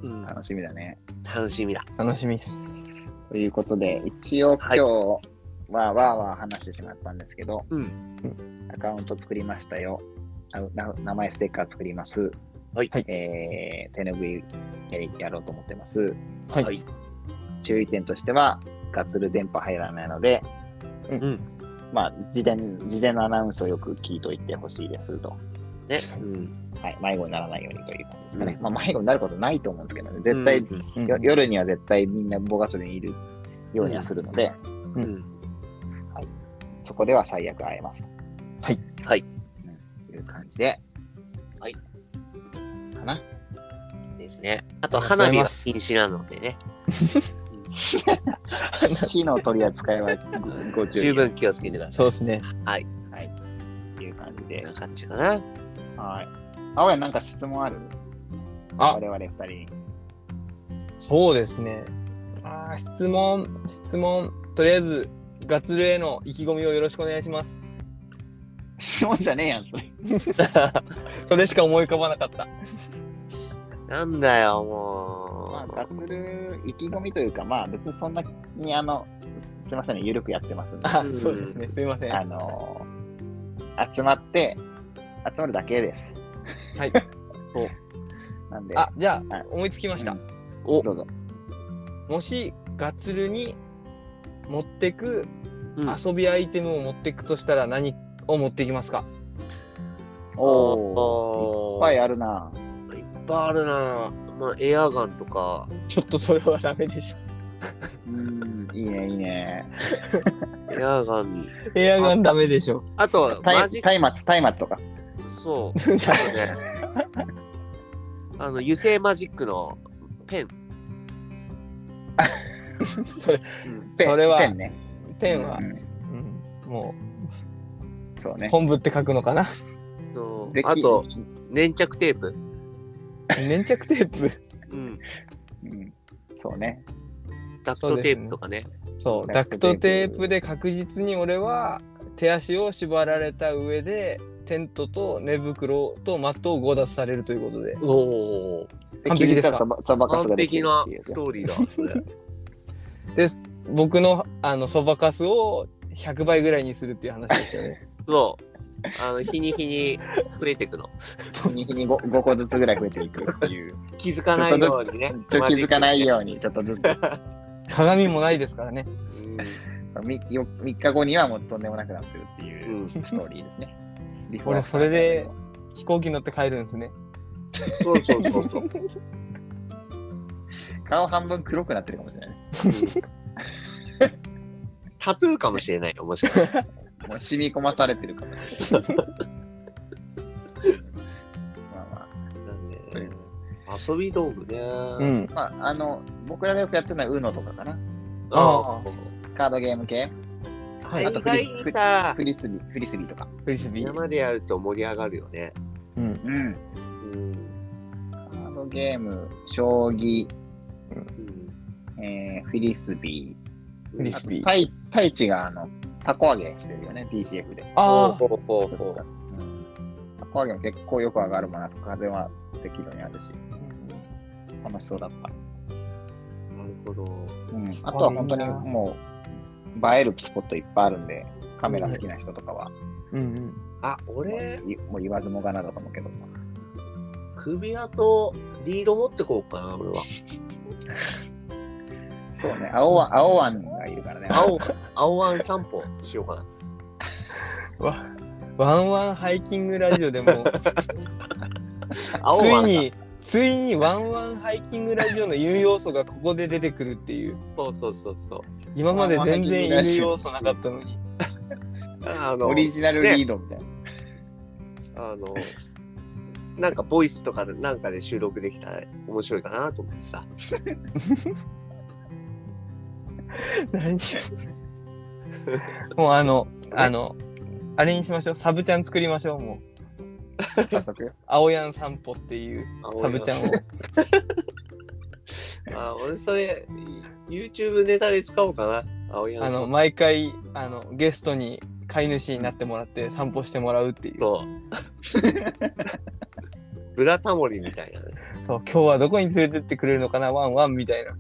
うん、
楽しみだね
楽しみだ
楽しみっす。
ということで一応今
はい
日はわーわーわー話してしまったんですけど、
うん
アカウント作りましたよあな名前ステッカー作ります
はい
はい
えー、手拭いやりやろうと思ってます
はい
はい
注意点としてはガッツル電波入らないので
うん
まあ、事前、事前のアナウンスをよく聞いといてほしいですと。
ね
確か
うん
はい。迷子にならないようにということですかね。
う
まあ、迷子になることないと思うんですけどね。絶対、
うん
うん
よ夜には絶対みんなボガスにいるようにはするので、
うん
そこでは最悪会えます。
はい。
はい
うん。という感じで。
はい。
かな。
ですねあと
ありがとう
花火
ござい
は
ます
禁止なのでね
火の取り扱いはごご注意。
十。分気をつけてくださ
そうですね。
はい。という感じ
い
で
こん。な感じかな
はい。青谷なんか質問ある
あ
我々二人に。
そうですね。ああ、質問、質問。とりあえず、ガッツルへの意気込みをよろしくお願いし ます。
質問じゃねえやん、それ。
それしか思い浮かばなかった。
なんだよ
まあ、
も
ガツル意気込みというか、まあ、別にそんなに、あの、すみませんね、緩くやってますんで、
あそうですね。すいません。
あのー集まって、集まるだけです。
はい。
なんで、
あ、じゃ
はい
あ、思いつきました。
うん
うお
どうぞ。
もしガツルに持ってく
うん
遊びアイテムを持ってくとしたら何を持っていきますか、
おー、いっぱいあるな。
いっぱいあるなまあエアガンとか
ちょっとそれはダメでしょ。
うん、いいね、いいね。
エアガンに
エアガンダメでしょ。
あとマ
た
ジ
い
ック
松明、松明とか。
そうそうねあの油性マジックのペン、
それ、
うん
ペン
それは
ペンね。
ペンは
う、ん
うん、も
そう
う、
ね。
本部って書くのか な
そう
でき
あと粘着テープ、
粘着テープ。
うん、
うん、そうね。
ダクトテープとかね
そう、
ダ
ダ
ク
ク
ト
ト
テ
テ
ープ
ープで確実に俺は手足を縛られた上で、テントと寝袋とマットを強奪されるということで。
おお
完璧ですか
サバサバカスが
完
でき
璧
る
な
っていうやつ
ストーリーだそれ
僕のあのそばかすを100倍ぐらいにするっていう話ですよね。
そうあの日に日に増えていくの
そう
日に 5, 個ずつぐらい増えていくっていう。
気づかないようにね
ちょっと気づかないように、ちょっとずつ。
鏡もないですからね。
3, よ3日後にはもうとんでもなくなってるって
う、
いうんストーリー ですね。ビフォー
俺それで飛行機乗って帰るんですね。
そうそうそうそう
顔半分黒くなってるかもしれないね。
タトゥーかもしれないよもしかしたら
もう染み込まされてるかもしれない。 まあ
なんで遊び道具ね
う。
うん
まあ、まあ、あの、僕らがよくやってるのは UNO とかかな。
あ
あ
カードゲーム系、
あ
あと
意外にさ
フリスビー、フリスビーとか。
フリスビー。
山でやると盛り上がるよね。
うん。
うん。
うん。
カードゲーム、将棋、
うん
えー、フリスビ
フリスビ
ー。
ー
太太一があの、タコ揚げしてるよね、PCF で。
ほう
ああ
ほ。うほうほう。
うんタコ揚げも結構よく上がるもんな、風は適度にあるし、楽しそうだった。
なるほど。
うん、あとは本当にもう映えるスポットいっぱいあるんで、カメラ好きな人とかは、
うんうん。
あ、俺、
もういもう言わずもがなだと思うけど、
首輪とリード 持ってこうかな、俺は。
そうね、青ワ青ワンがいるからね。
青、青ワン散歩しようかな。
ワンワンハイキングラジオでも、
青
つい
湾が
に、ついにワンワンハイキングラジオの犬要素がここで出てくるっていう。
そうそうそうそう。
今まで全然
ワンワンハイキングラジオ
犬要素なかったのに。
あの
オ、リジナルリードみたいな。
あの、なんかボイスとかでなんかで収録できたら面白いかなと思ってさ。
何もうあの、あの、あれにしましょう。サブちゃん作りましょう。もう、
早速。
青やん散歩っていうサブちゃんを。
ん。あ、俺それ、YouTube ネタで使おうかな。青山
あ
さ
の、
ん。
毎回、あの、ゲストに飼い主になってもらって散歩してもらうっていう。
そう。 ブラタモリみたいなね。
そう、今日はどこに連れてってくれるのかな、ワンワンみたいな。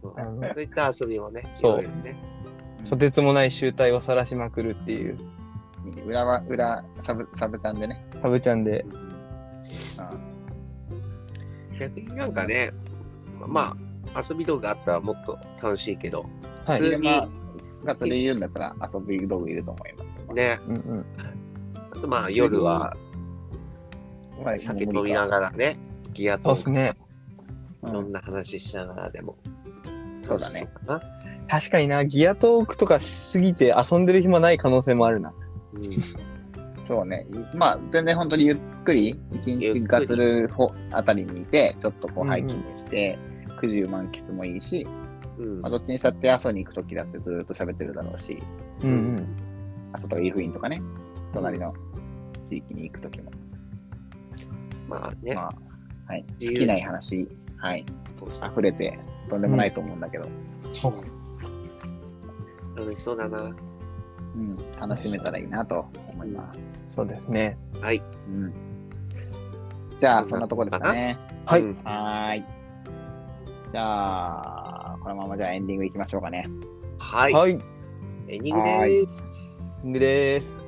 そう
あの
そういった遊びをね、
そう
いろいろね。
とてつもない集体を晒しまくるっていう、
裏は、裏、サブ、サブちゃんでね。
サブちゃんで。
逆になんかね、まあ、遊び道具あったらもっと楽しいけど、
はい。
普通
昼
に
間がそれいるんだったら遊び道具いると思います。
ね、
うんうん、
あとまあ夜は
はい
酒飲みながらね、ギア
そう
と
っすね。
う
いろん
ん
な話しながらでも、
そうだね。
かな。
確かにな、ギアトークとかしすぎて遊んでる暇ない可能性もあるな。
うん、
そうね。まあ、全然本当にゆっくり、一日ガツルほあたりにいて、ちょっとこう、
うんうん
ハイキングして、九十満喫もいいし、
うん
まあ、どっちにしたって、阿蘇に行くときだってずっと喋ってるだろうし、
うんん
阿蘇とか湯布院とかね、隣の地域に行くときも、
まあね、
まあ、はい。
自由
尽きない話、はい。溢れて、とんでもないと思うんだけど、
うん。そう。
楽しそうだな。
うん楽しめたらいいなと思います。
そうですね。
はい。
うん。じゃあ、
そ
そ
ん
ん
な
なと
とこ
こで
ろか
す
な
かね。
はい
うん
はーい。じゃあ、このままじゃあエンディングいきましょうかね。
はい。
はい。エ
エンディングです。
ングです。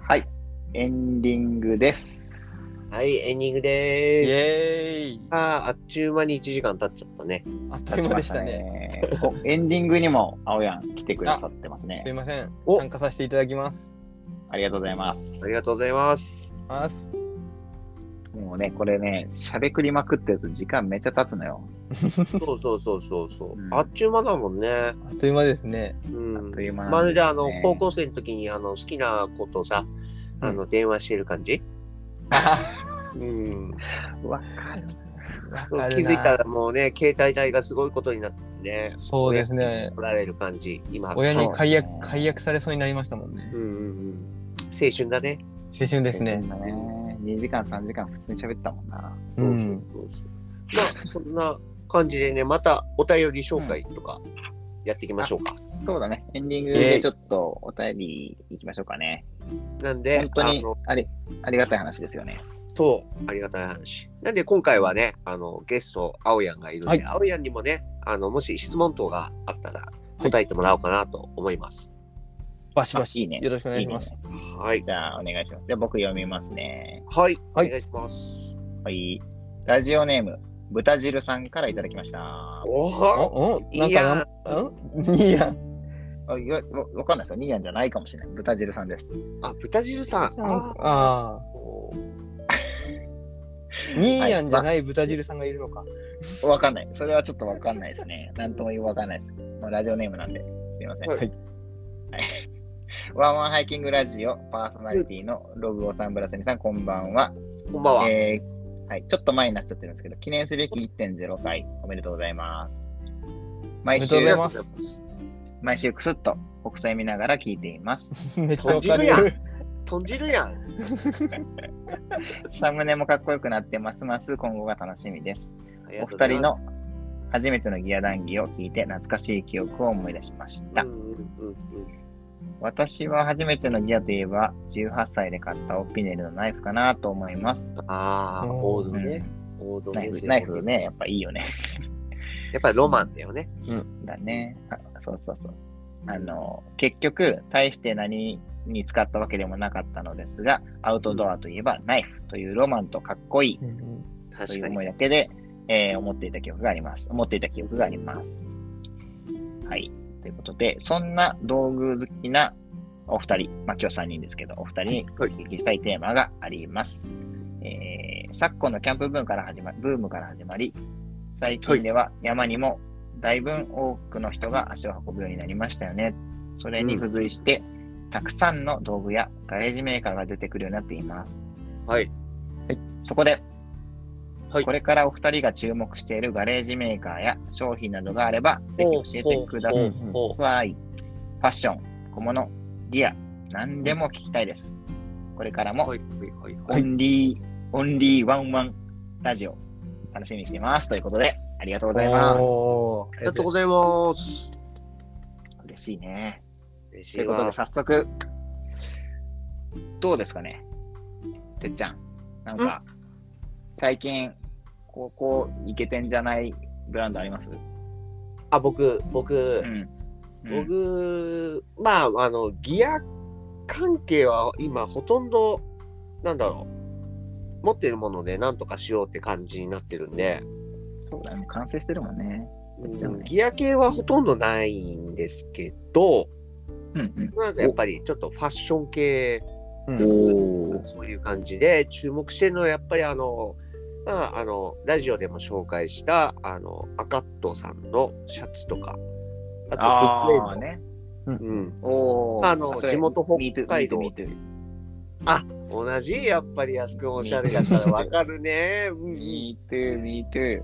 はい。エンディングです。
はい、エンディング
イ
です。
エーイ。
あーあっちゅう間に1時間経っちゃったね。
あっという間でしたね。
経ちましたね。おエンディングにも、青やん来てくださってます
すい
ね。
ません。
お
参加させていただきます。
ありがとうございます。
ありがとうございます。
ます。
もうね、これね、しゃべくりまくってると時間めっちゃ経つのよ。
そうそうそうそうそう、
うん
あっちゅう間だもんね。
あっという間です ね。
うん。
あっという間なん
まるであ
す
の
ね
高校生の時にあの好きな子とさ、あの電話してる感じ。うん。
わかる。
わかるな
気づいたらもうね携帯代がすごいことになっててね。
そうですね。
取られる感じ。今。
親に解
そ
約
うですね
解約されそうになりましたもんね
う。んうんうん。青春だね。
青春で
です
ね。
2時間、3時間普通に喋ったもんな。
うん。
そうそうそう。まあそんな感じでねまたお便り紹介とかやっていきましょうか。
そうだね。エンディング
イエ
で
イ
ちょっとお便りいきましょうかね。
なんで
本当
あ
に
の
ありありがたい話ですよね。
とありがたい話。なんで今回はね、あのゲスト、青やんがいるの
は
で、
い
青やんにもね、あのもし質問等があったら答えてもらおうかなと思います。
バシバ
あ
シ。
いいね
よろしくお願いし
ね
ます。
はい。
じゃあ、お願いします。じゃあ、僕読みますね。
はい。
はい
お願いします。
はい。ラジオネーム、豚汁さんからいただきました。あ
おお
おおなんかな、うん いいやん。
いやわわかんないですよ。ニーヤンじゃないかもしれない。豚汁さんです。
あ、豚汁さん。あ
ああ。ニーヤンじゃない豚汁さんがいるのか。
わかんない。それはちょっとわかんないですね。なんとも言うわかんないです。もうラジオネームなんで、すいません。
はい
はい。 ワンワンハイキングラジオパーソナリティのログオさん、ブラスミさん、こんばんは。
こんばんは。
えーはい、ちょっと前になっちゃってるんですけど、記念すべき1.0回、おめでとうございます。毎
おめでと
週
う、ござい
ます。
毎週くすっと国際見ながら聞いています。
めっちゃ
豚
わか
汁
る
や。豚汁やん。
サムネもかっこよくなって、ますます今後が楽しみです。
あり
お
がとうござ
二
い
人
ま
の
す
初めてのギア談義を聞いて懐かしい記憶を思い出しました。
うんうんうん
私は初めてのギアといえば、18歳で買ったオピネルのナイフかなと思います。
うん。ああ、
うん
王道
う
ね
ん。
王道
ナイ
で
フ
すよ
ナイフ。ね、やっぱいいよね。
やっぱりロマンだよね。
だね。あそうそうそう。あの、結局、大して何に使ったわけでもなかったのですが、アウトドアといえばナイフというロマンとかっこいいと
確
いう
か
思い
に。
だけで、えー思っていた記憶があります。思っていた記憶があります。はい。ということで、そんな道具好きなお二人、まあ今日3人ですけど、お二人にお聞きしたいテーマがあります。えー昨今のキャンプブームから始まブームから始まり、最近では山にもだいぶ多くの人が足を運ぶようになりましたよね。それに付随して、たくさんの道具やガレージメーカーが出てくるようになっています。
はい。
そこで、
はい
これからお二人が注目しているガレージメーカーや商品などがあれば、ぜひ教えてくだ
ほう
うん
ほうほう
さい。ファッション、小物、ギア、何でも聞きたいです。これからも
はいはいはい
オ
はい。
ンリー、オンリーワンワンラジオ、楽しみにしてます。ということで、ありがとうございます。
おー
ありがとうございます。
嬉しいね。
嬉
ということで、早速、どうですかねてっちゃん、なんか、最近、ここいけてんじゃないブランドあります
あ、僕、僕
う、ん。うん
僕、まあ、あの、ギア関係は今、ほとんど、なんだろう、持ってるもので、なんとかしようって感じになってるんで、
そうだね、完成してるもんね。
うんギア系はほとんどないんですけど、
うん
なんかやっぱりちょっとファッション系、
うん。お
そういう感じで、注目してるのは、やっぱりあの、まあ、あの、ラジオでも紹介した、あの、アカットさんのシャツとか、あ
あ
と、ブックエ
あ
ンド。
ね。
うん、
お
あの地元北海道
で。
同じやっぱり安くんおしゃれだからわか るね。うんうん、
Me too, me too.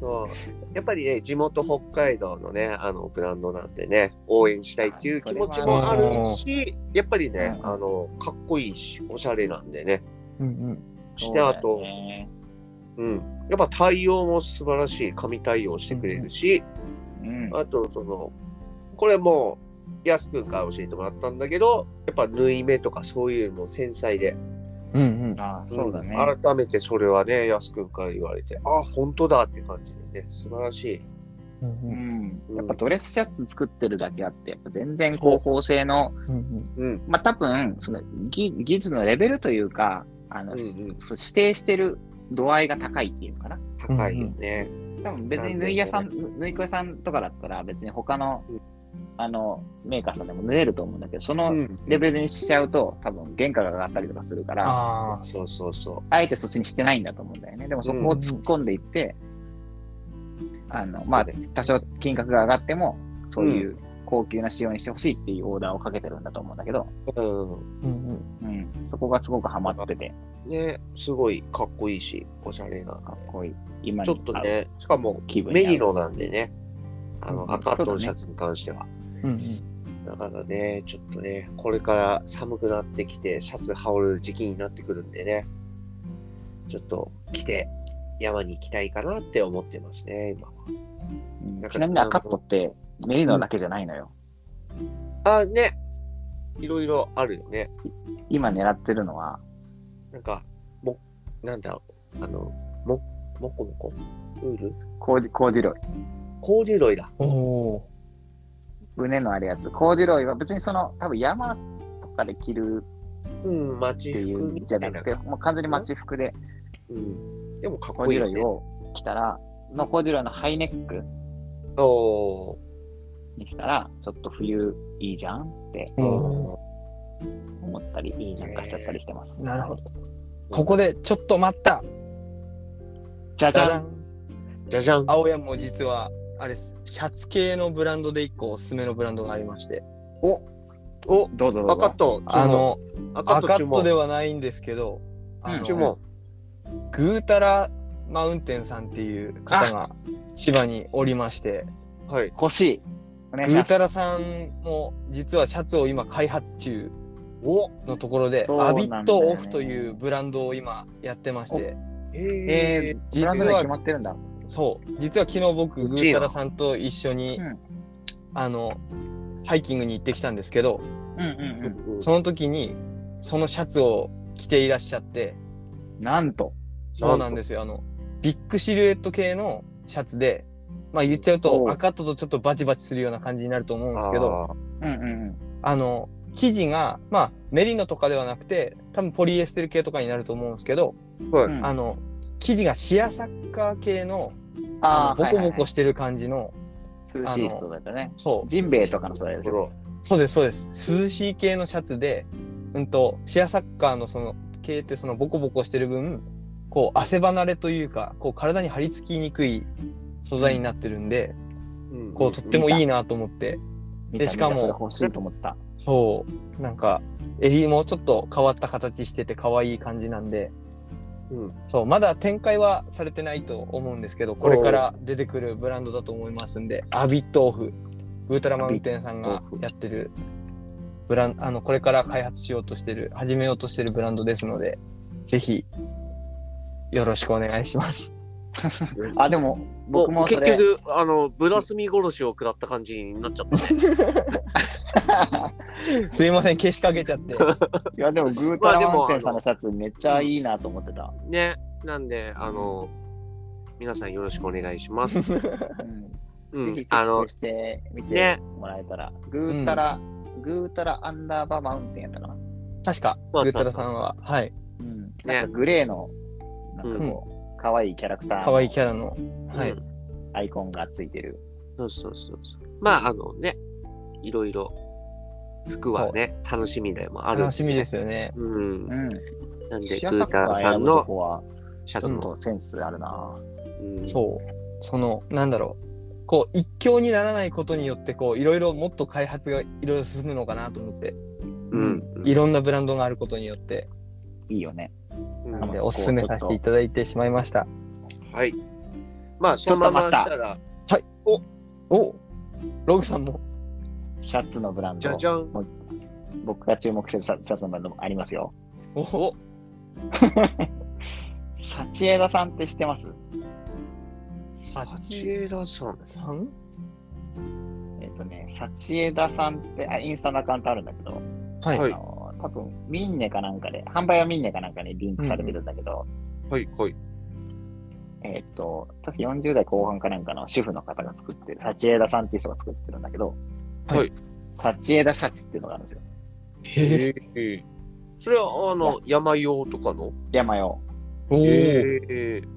そうやっぱりね地元北海道のねあのブランドなんでね応援したいっていう気持ちもあるしやっぱりね
うん
あのかっこいいしおしゃれなんでね。
うん
し
そう
て
だ
あ
よ
と、
ね
うん、やっぱ対応も素晴らしい神対応してくれるし、
うん。
あとそのこれも安くんから教えてもらったんだけどやっぱ縫い目とかそういうのも繊細で
うんうん
ああ、そうだね。
ん改めてそれはね、安くんから言われて、あ、本当だって感じでね、素晴らしい。
う
うんん。やっぱドレスシャツ作ってるだけあって、やっぱ全然こう縫製の、
うん
うん。
まあ多分、その技技術のレベルというか、あの、
うんうん
し指定してる度合いが高いっていうのかな。
高いよね。
多分別に縫い屋さん、縫い子屋さんとかだったら別に他の
うん、
あの、メーカーさんでも縫えると思うんだけど、その
うん。
レベルにしちゃうと、多分原価が上がったりとかするから、あ
あ
そうそうそ
えてそっちにしてないんだと思うんだよね。でもそこを突っ込んでいって、あの、まあ
そうだ、
多少金額が上がっても、そういう高級な仕様にしてほしいっていうオーダーをかけてるんだと思うんだけど、
う。うん。
ーうん
うん、そこがすごくハマってて、
ね、すごいかっこいいし、おしゃれな。
かっこいい。今に
ちょっとね、しかも
合う気分
メリ
ロ
ノなんでね、あ
う
の、
ん
赤
そ
と
うだね
シャツに関しては。
うんうん
だからね、ちょっとね、これから寒くなってきて、シャツ羽織る時期になってくるんでね、ちょっと着て、山に行きたいかなって思ってますね、今は。なんか
ちなみに赤っトってメリノだけじゃないのよ。
あ、ね。いろいろあるよね。
今狙ってるのは、
なんか、も、なんだろう。あの、も、もこもこウール
コーディコーディロイ
コーデュロイだ。
おー
胸のあるやつ。コーデュロイは別にその、多分山とかで着る
うん、街
ってい
服み
うんじ
た
ゃ
いな
なくて、もう完全に街服で
うん。でもかっ
コ
こ
ー
い
デ
い、
ュロ
ね。
イを着たら、のコーデュロイのハイネック
おー
にしたら、ちょっと冬いいじゃんって
おー
思ったり、
いいね
なんかしちゃったりしてます。
なるほどここでちょっと待った
じゃじ
ダ
ゃ
ダ
ん
ン
じゃじゃん。
青山も実はあれですシャツ系のブランドで一個おすすめのブランドがありまして
お
お
どうぞどう
赤
ぞ。
と、
あ、の
赤
ア
と
カ
注
ット
文
で。はないんですけどあの
注文。
グータラマウンテンさんっていう方が千葉におりまして
はい。
欲しい。お願いし
グー
ます。
タラさんも実はシャツを今開発中
お
のところで、
そうな
ア
んだ
ビ
よね
ットオフというブランドを今やってまして
え
え
ー、ブ
実
ラ
は
ンド名決まってるんだ。
そう実は昨日僕
う
グ
ちいい
ー
な
タラさんと一緒に、
うん
あのハイキングに行ってきたんですけど
うんうんうん。
うん
その時にそのシャツを着ていらっしゃって
なんと。
そうなんですよあのビッグシルエット系のシャツでまあ言っちゃう
おう
と赤ととちょっとバチバチするような感じになると思うんですけど
あー
うんうんうん。
あの生地が、まあ、メリノとかではなくて、多分ポリエステル系とかになると思うんですけど、
はい
うん
あの、生地がシアサッカー系の、あの
あー
ボコボコ
は
してる感じの、
いはいはい涼しい人だったね。
そう、
ジンベエとかのそれ
と
で
こ
しょ。
ろ。
そうです、そうです。涼しい系のシャツで、うんと、シェアサッカーのその、系ってそのボコボコしてる分、こう、汗離れというか、こう、体に張り付きにくい素材になってるんで、
うん
こう、とってもいいなと思って、
見た
でしか
見
も
たそれ欲しいと思った。
そう、なんか、襟もちょっと変わった形してて可愛い感じなんで、
うん
そう、まだ展開はされてないと思うんですけど、これから出てくるブランドだと思いますんで、アビットオフ、ウートラマウンテンさん
アビ
が
ットオフ
やってる、ブランあのこれから開発しようとしてる、始めようとしてるブランドですので、ぜひ、よろしくお願い します。
あ、でも、僕もそ
結
れ。
局、あの、ブラスミ殺しを食らった感じになっちゃった。
すいません、消しかけち ゃっ て。
いや、でも、グータラマウンテンさんのシャツめっちゃいいなと思ってた。
ね。なんで、あの、皆さんよろしくお願いします。
うん
う
ぜひ
ん。あ
チェッ
の
ク、してみて
ね
もらえたら、グータラ、グータラアンダーバーマウンテンやったかな。
確か、グ
そうそ
ー
うそ
タ
う
ラさんは、はい、
うん、
ね
なんかグレーの、なんかこう、可愛いキャラクター、
可愛いキャラの、はい、
うん
アイコンがついてる。
そうそうそうそう。まあ、あのね、いろいろ、服はね、楽しみでもある。
楽しみですよね。
うん
う。ん。
なんで、
シ
グ
アサッ
ー
カ
タ
ー
さ
選
ん
ぶと
の
こは、
シャ
ち
ツ
ょっ
も。
とセンスあるな。
うん
そう。その、なんだろう。こう、一強にならないことによって、こう、いろいろもっと開発がいろいろ進むのかなと思って、
うん。
いろんなブランドがあることによって、
いいよね。
うん
なんで、
こう
おすすめさせていただいてしまいました。
はい。まあ、そのまましたら、
おログさんも。
シャツのブラン
じ
ド
ゃ、じゃん。
僕が注目してるシャシャツのブランドもありますよ。
お
サチエダさんって知ってます
サ
八
チエ
エラさん。
さん
えっ、とね、サチエダさんってあインスタのアカウントあるんだけど、
はい。
はい
あの多分ミンネかなんかで、販売はミンネかなんかにリンクされてるんだけど、
はい、はい。
えっ、と、確か40代後半かなんかの主婦の方が作ってる、サチエダさんっていう人が作ってるんだけど、
はい。
サチエダシャツっていうのがあるんですよ。
へえ。
えそれは、あの、山用とかの
山用。
おー
えー。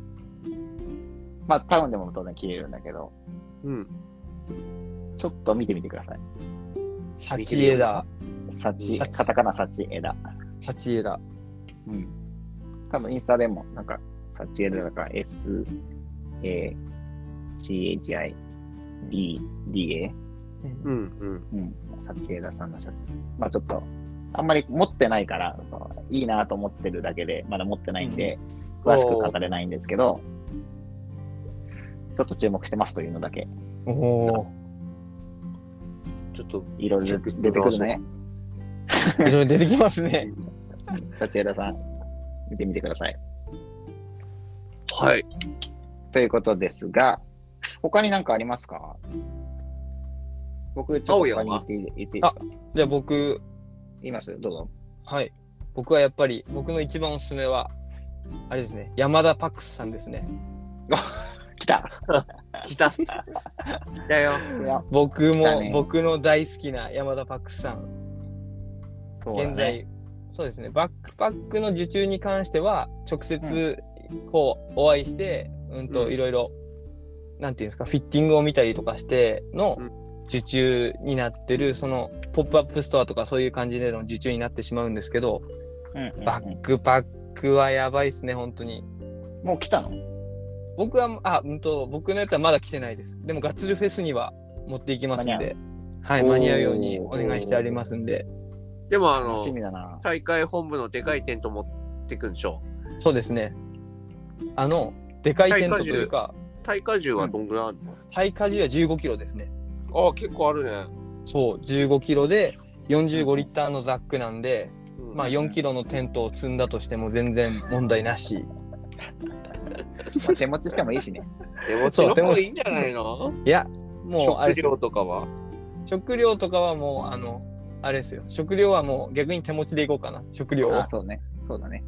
まあ、タウンでも当然着れるんだけど、
うん。
ちょっと見てみてください。
サチエだ。
サチ、
シャツ
カタカナサチエダ。
サチエだ。
うん。多分インスタでも、なんか、サチエダだから S、A、C、H、I、D、D、A。
うん、うん。
うん。サチエダさんのシャツ。まあちょっと、あんまり持ってないから、いいなと思ってるだけで、まだ持ってないんで、
うん
詳しく語れないんですけど、ちょっと注目してますというのだけ、
おお
ちょっと、
いろいろ出て出てくるね。
ー。いろいろ出てきますね。
サチエダさん、見てみてください。
はい。
ということですが、他に何かありますか僕、ちょっと他に言っていい言っていいですか
じゃあ僕、
言いますどうぞ。
はい。僕はやっぱり、僕の一番おすすめは、あれですね、山田パックスさんですね。
来た
来た。来たよ。
いや
僕
来た
も、
ね
僕の大好きな山田パックスさん、
そうだね
現在そうですねバックパックの受注に関しては直接こうお会いしてうん
う
と
ん
いろいろなんていうんですかフィッティングを見たりとかしての
うん
受注になってるそのポップアップストアとかそういう感じでの受注になってしまうんですけど
うんうんうん
バックパックはやばいですね本当に
もう来たの
僕はあうんと僕のやつはまだ来てないですでもガッツルフェスには持っていきますんではい間に合うようにお願いしてありますんで
でも、あ
楽
の
し、みだな。
大会本部のでかいテント持ってくんでしょ。
そうですね。あの、でかいテントというか、
耐荷重はどんぐらいあるの、
耐荷重は15キロですね。
ああ、結構あるね。
そう、15キロで45リッターのザックなんで、
うん
まあ4キロのテントを積んだとしても全然問題なし。
まあ手持ちしてもいいし ね。
手持ち
そう
の
手持
方
ち
がいいんじゃないの
いや、もうあれ
食
ですよ
料とかは。
食料とかはもう、あの、あれですよ。食料はもう逆に手持ちでいこうかな。食料を
あ。そうね。そうだね。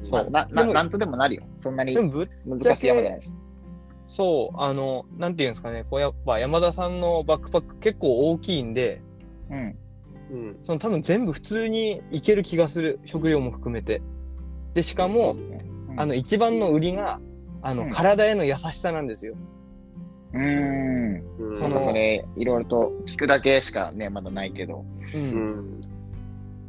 そ
まあ
う
な
で
な
も
なんとでもなるよ。そんなに
でもぶっ
難しい山じゃないし。
そう、あの、なんていうんですかね。こうやっぱ山田さんのバックパック結構大きいんで、
うん。
うん。
その多分全部普通にいける気がする食料も含めてでしかもあの一番の売りがあ
う
の
ん
体への優しさなんですよ
うーん。
うん
そ
なんか
の
それ、いろいろと聞くだけしかね、まだないけど、
う
うんん。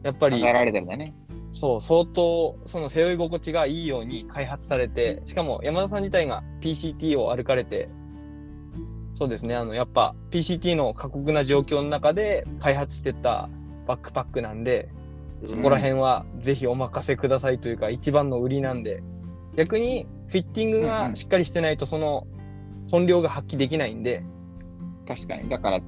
やっぱ
考え
り
られてるんだね。
そう相当その背負い心地がいいように開発されてしかも山田さん自体が PCT を歩かれてそうですねあのやっぱ PCT の過酷な状況の中で開発してったバックパックなんでそこら辺はぜひお任せくださいというか一番の売りなんで逆にフィッティング
うんう
が
ん
しっかりしてないとその本領が発揮できないんで
確かに。だから、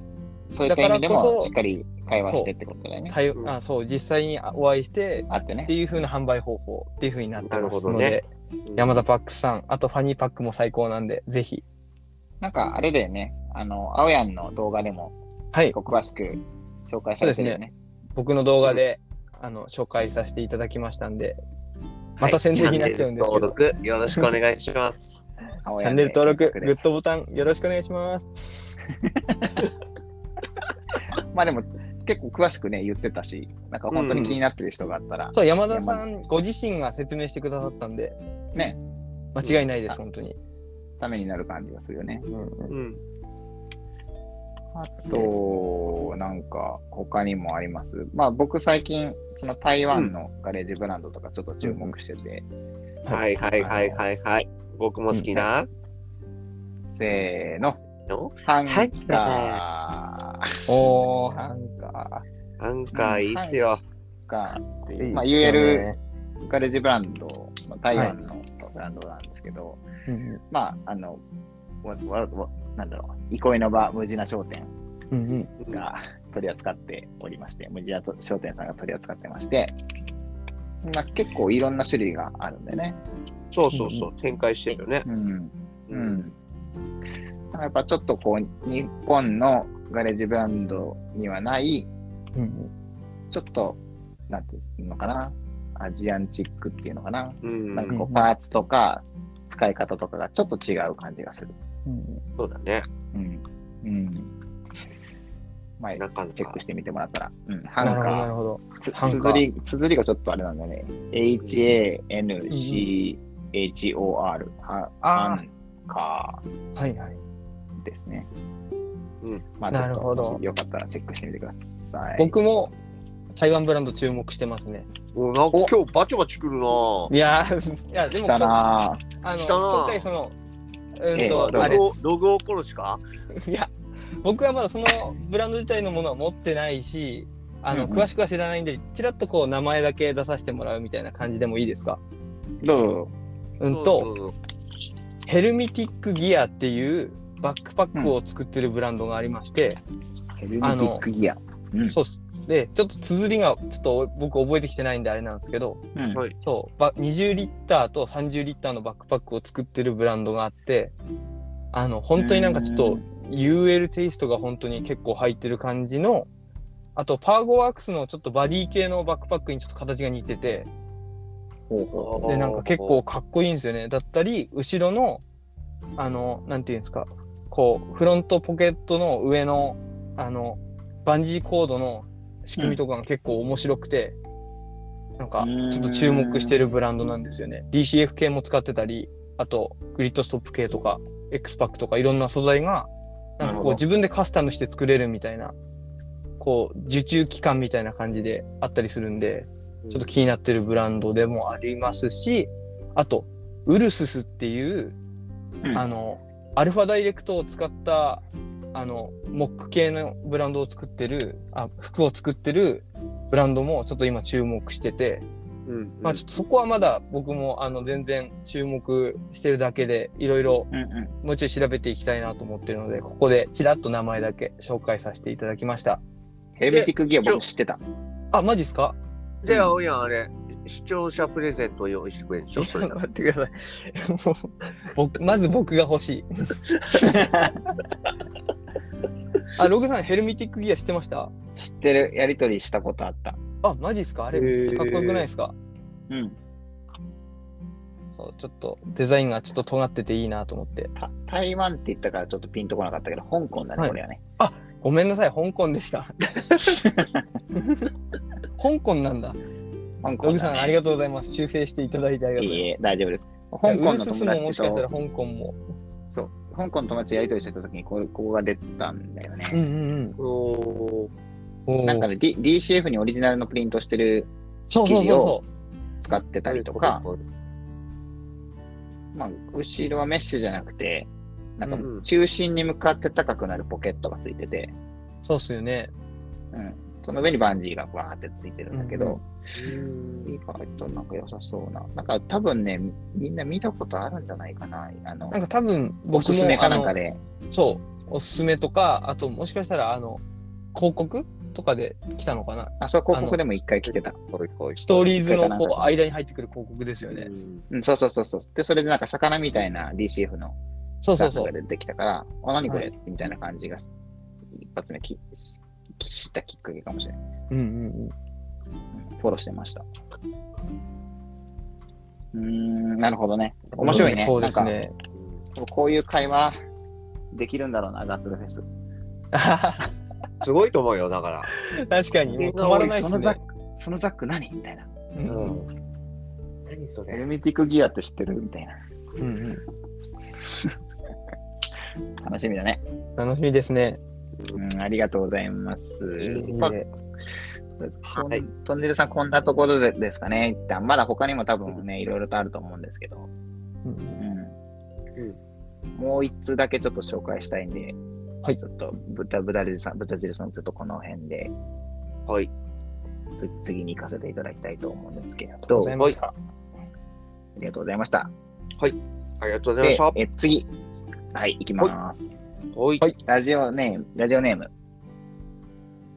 そういった意味で
だからこ
も、
そ
しっかり会話してってことだよね。
対応
うん
あそう実際にお会いして
あってね
って。いう風な販売方法っていう風になってますの
なるほど
で
ね。
山田パックスさん、あとファニーパックも最高なんで、ぜひ。
なんか、あれだよね。あの、青やんの動画でも、
はい、
こう詳しく紹介されてるよね。
僕の動画で、あの紹介させていただきましたんで、また宣伝になっちゃうんです
はいチャンネル
けど
登録よろしくお願いします。
青
チ
や
ャ
ん
ン
で
ネル登録、
検
グッ
索
ドボタンよろしくお願いします。
でまあでも、結構詳しくね、言ってたし、なんか本当に気になってる人があったら、
そう、山田さんご自身が説明してくださったんで、
ね、
間違いないです、本当に。
ためになる感じがするよね。
うんうん
うん。
あと、なんか、他にもあります。まあ、僕最近、その台湾のガレージブランドとかちょっと注目してて、
はいはいはいはいはい。僕も好きな
せーの、
の
ハンガー
おー、なんか、
アンカーいいっすよ。
が、
いいっすよね
まあ、UL ガレージブランド、まあ、台湾のブランドなんですけど、
うん
まあ、あの、わわわなんだろう、憩いの場、無地な商店
うんうんうん
が取り扱っておりまして、無地な商店さんが取り扱ってまして、まあ、結構いろんな種類があるんでね。
そうそうそう、展開してるよね。
うん。うん。なんかやっぱちょっとこう、日本のガレージブランドにはない、
うんうん
ちょっと、なんていうのかな、アジアンチックっていうのかな、
うん。
なんかこ
うん
う、パーツとか、使い方とかがちょっと違う感じがする。
うん
そうだね。
うん。うん。前、
なかな
チェッ
か
ク。してみてもらったら。うん。ハン
なるほど、なる
カ
ほど。
ー。つ
ハンカー
つづり、つづりがちょっとあれなんだね。H-A-N-C-H-O-R。はハ
あ
ンカ
はいはい。
ーですね。
うん。
まあ、
なるほど
ちょっとよかったらチェックしてみてください。
僕も台湾ブランド注目してますね。
おなんか今日バチバチ来るなぁ。
いやー、いや、で
来
も、
たな
あの
したな
今回そのうん
ええ
と、
どうぞ
あれ
ログ
で
をログを殺しか
すいや僕はまだそのブランド自体のものは持ってないしあの、
うんうん
詳しくは知らないんでちらっとこう名前だけ出させてもらうみたいな感じでもいいですか
ぁ。どうぞ。
うんと
そうそう
ヘルミティックギアっていうバックパックを作ってるブランドがありまして、
ヘルメティックギア。うん
そうっすでちょっと綴りがちょっと僕覚えてきてないんであれなんですけど
うん
はい
そうば20リッターと30リッターのバックパックを作ってるブランドがあってあの本当になんかちょっと UL テイストが本当に結構入ってる感じのあとパーゴワークスのちょっとバディ系のバックパックにちょっと形が似てて
ほうほ
そう
でなんか結構かっこいいんですよねだったり後ろのあのなんていうんですかこうフロントポケットの上のあのバンジーコードの仕組みとかが結構面白くて、なんかちょっと注目してるブランドなんですよね DCF 系も使ってたりあとグリッドストップ系とか X パックとかいろんな素材が
な
なんか
る
こ
ほ
う
ど
自分でカスタムして作れるみたいなこう受注期間みたいな感じであったりするんで
うん
ちょっと気になってるブランドでもありますし、あと、ウルススっていう、
うん
あの、アルファダイレクトを使った、あの、モック系のブランドを作ってる、あ、服を作ってるブランドもちょっと今注目してて、
うん
まあちょっとそこはまだ僕もあの全然注目してるだけで、いろいろ
う。うんうん。
もうちょい調べていきたいなと思ってるので、ここでちらっと名前だけ紹介させていただきました。
ヘルメティックギア
ちょ
僕知ってた。
あ、マジっすか
で、青やん、あれ、視聴者プレゼントを用意してくれるんでしょそれ なら
待ってください。もう僕まず僕が欲しい。 あ、ログさん、ヘルミティックギア知ってました
知ってる。やりとりしたことあった。
あ、マジっすかあれ、
へ
め
ー
っちゃかっこよくないですか
うん。
そう、ちょっとデザインがちょっと尖ってていいなと思って。
た台湾って言ったからちょっとピンとこなかったけど、香港だね、
はい
これはね。
ごめんなさい、香港 でした。香港なんだ。
香港
ログ
だ
さん、
ね
ありがとうございます。修正していただいてありがとうござ
いい
いま
え
す。
大丈夫です。香
じゃあ
港
ウル
の
スス
友
もも
達
しかしたら
と
香港も。
そう香港の友達とやり取りしてた時にこここが出たんだよね。
うんうん
お
うん。おー
なんか、ね、D- DCF にオリジナルのプリントしてる
そうそうそうそ
使ってたりとか、まあ、後ろはメッシュじゃなくて、なんか
うんうん
中心に向かって高くなるポケットがついてて、
う。そうっすよね。
うん、その上にバンジーがバーってついてるんだけど、
うん
意外となんか良さそうな。なんか多分ね、みんな見たことあるんじゃないかな。あの
なん、か多分、僕も
おすすめかなんか
あ
で。
のそう、おすすめとか、あともしかしたら、あの、広告とかで来たのかな。
あ、そう、広告でも一回来てた。
こいこい
ストーリーズのこう間に入ってくる広告ですよね。
うん、そうそうそうそう。で、それでなんか魚みたいな DCF の
そうそう
ダス
そう
が。出てきたから、あ、何これ、
は
みたいな感じが、一発目ききしたきっかけかもしれない。
うんうんうん。
うんフォローしてました。うーん、なるほどね。面白いね。
そうです
なん
ね。
か、でもこういう会話できるんだろうな、ガッツルフェス。
すごいと思うよ、だから。
確かに、もう止まらないで
そ
す
のザッ
ね。
ク、そのザック何みたいな。
うんうん
何そ
ヘ
れ
ルメティックギアって知ってるみたいな。
うん
楽しみだね。
楽しみですね。
うん、ありがとうございます。まあ
いいね
こん
はい
トンネルさん、こんなところでですかね。一旦まだ他にも多分ね、いろいろとあると思うんですけど。
う
う
ん
んもう一通だけちょっと紹介したいんで、
はい
ちょっと豚豚汁さん、豚汁さん、ちょっとこの辺で
はい。
つ次に行かせていただきたいと思うんですけ
ありがとう
ど、
ご
あ
ざいました。
りがとうございました。
ありがとうござ
で
いました。、
え次、はい、行きます。
はい
はい。
ラジオネーム、ラジオネーム、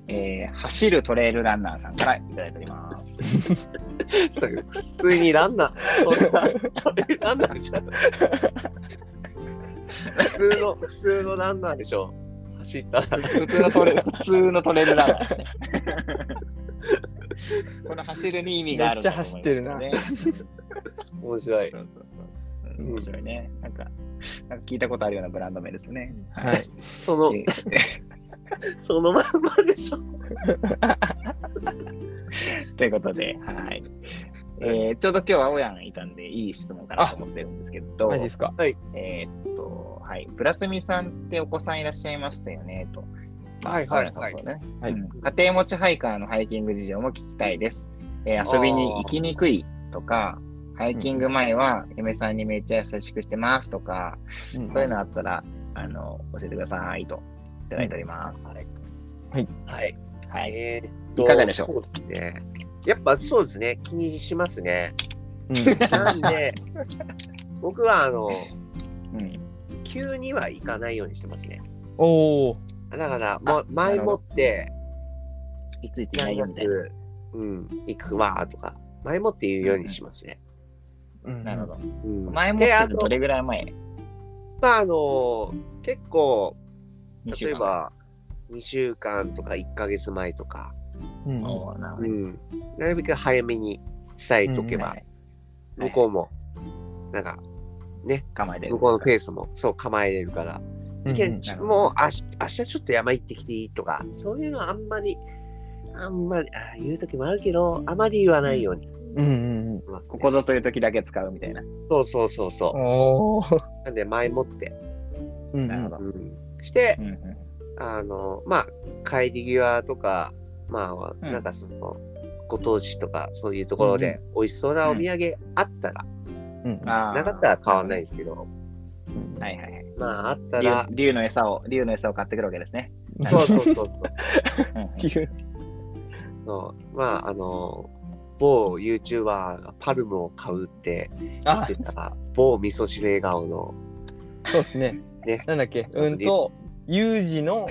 えー走るトレイルランナーさんからいただいております。
それ普通にランナー。それはそれランナーじゃん。普通の、普通のランナーでしょ。走ったら。
普通のト レ、普通のトレイルランナーですね。この走るに意味があるんだと思いますよね、
めっ
面白い。
そうそうそう面白いね。なんか、なんか聞いたことあるようなブランド名ですね。
はい。
その、
え
そのまんまでしょ。
ということで、はい。えーちょうど今日は青やんいたんで、いい質問かなと思ってるんですけど、
マジですか。
えーっと、はい。プラスミさんってお子さんいらっしゃいましたよね、と。
はいはいはい
そうね
はい
うん家庭持ちハイカーのハイキング事情も聞きたいです。えー遊びに行きにくいとか、ハイキング前は嫁さんにめっちゃ優しくしてますとか、
うん
そういうのあったら、あの、教えてくださいと、いただいております。
はい。
はい。
はい。
えーっ
いかがでしょう
そうですね。やっぱそうですね。気にしますね。
うん
なんで、僕はあの、
うん。
急には行かないようにしてますね。
おお。
だから、もう前もって、
いついていな
何
いよみたい
月、うん、行くわとか、前もって言うようにしますね。
うん
な。なるほど。
うん
前もっ
であ
て
の
どれぐらい前
まあ、あの、結構、
二週
例え
間
ば、2週間とか1ヶ月前とか、
うん
おーなるほ
う
どね
ん、なるべく早めに伝えとけば、
はい
向こうも、なんか、
構えてる
向。こうのペースもそう構えれるから、
うん
いけ
うん
るもう明日明日ちょっと山行ってきていいとか、そういうのはあんまり、あんまり、あ言う時もあるけど、あまり言わないようにし
うんうん
ます、ね
ここぞという時だけ使うみたいな。
そうそうそうそ
おお。
う。なんで前もって、
うんうん
なるほど。
うんして、
うん
あの、まあ、帰り際とか、まあ、
うん
なんかその、ご当地とか、そういうところで、美味しそうなお土産あったら、
うん
うん。あー
なかったら買わない。ですけど、
はいはいはい
まあ、あった
竜
ら。、
竜の餌を、竜の餌を買ってくるわけですね。
そうそうそうそう
うんうん
っていう。
そうまあ、あの、某 YouTuber がパルムを買うって言
あ
って、た、某味噌汁笑顔の、
そうですね
ね。
なんだっけ。うんと、有事の、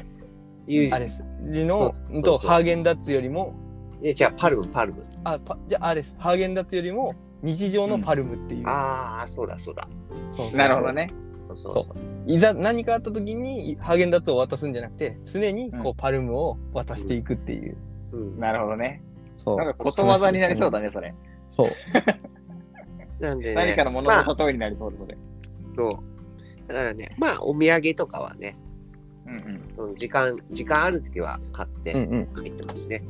ユ
あ
ー
れです。字の、
そう
うんと、
そうそう
ハーゲンダッツよりも、
ジ、じゃパルム、パルム。
あ、パじゃあ、あれです。ハーゲンダッツよりも、日常のパルムっていう。
ああ、そうだ、そうだ。
そうそう
なるほどね。
そうそう。
いざ何かあった時にハーゲンダッツを渡すんじゃなくて常にこ
う
うパルムを渡していくっていう、
うん
なるほどね。
そう
なんかことわざになりそうだね、それ。
そう
なんでね、
何かの物の例えになりそうで、それ。
そう。だからね、まあ、お土産とかはね、
うん
その時間、時間ある時は買って
うんうん。
入ってますね。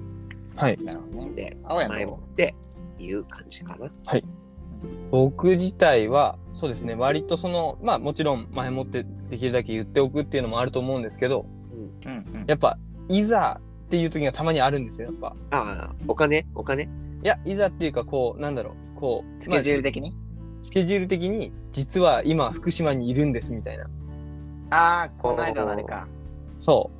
はい
うん。。なるほどね。
で、
青や
前
の
もっていう感じかな。
僕自体はそうですね割とそのまあもちろん前もってできるだけ言っておくっていうのもあると思うんですけど
うんうん。
やっぱいざっていう時がたまにあるんですよやっぱ
ああ、お金お金
いやいざっていうかこうなんだろうこう
スケジュール
ま
的に
あスケジュール的に実は今福島にいるんですみたいな
ああ、この間のあれか。
そ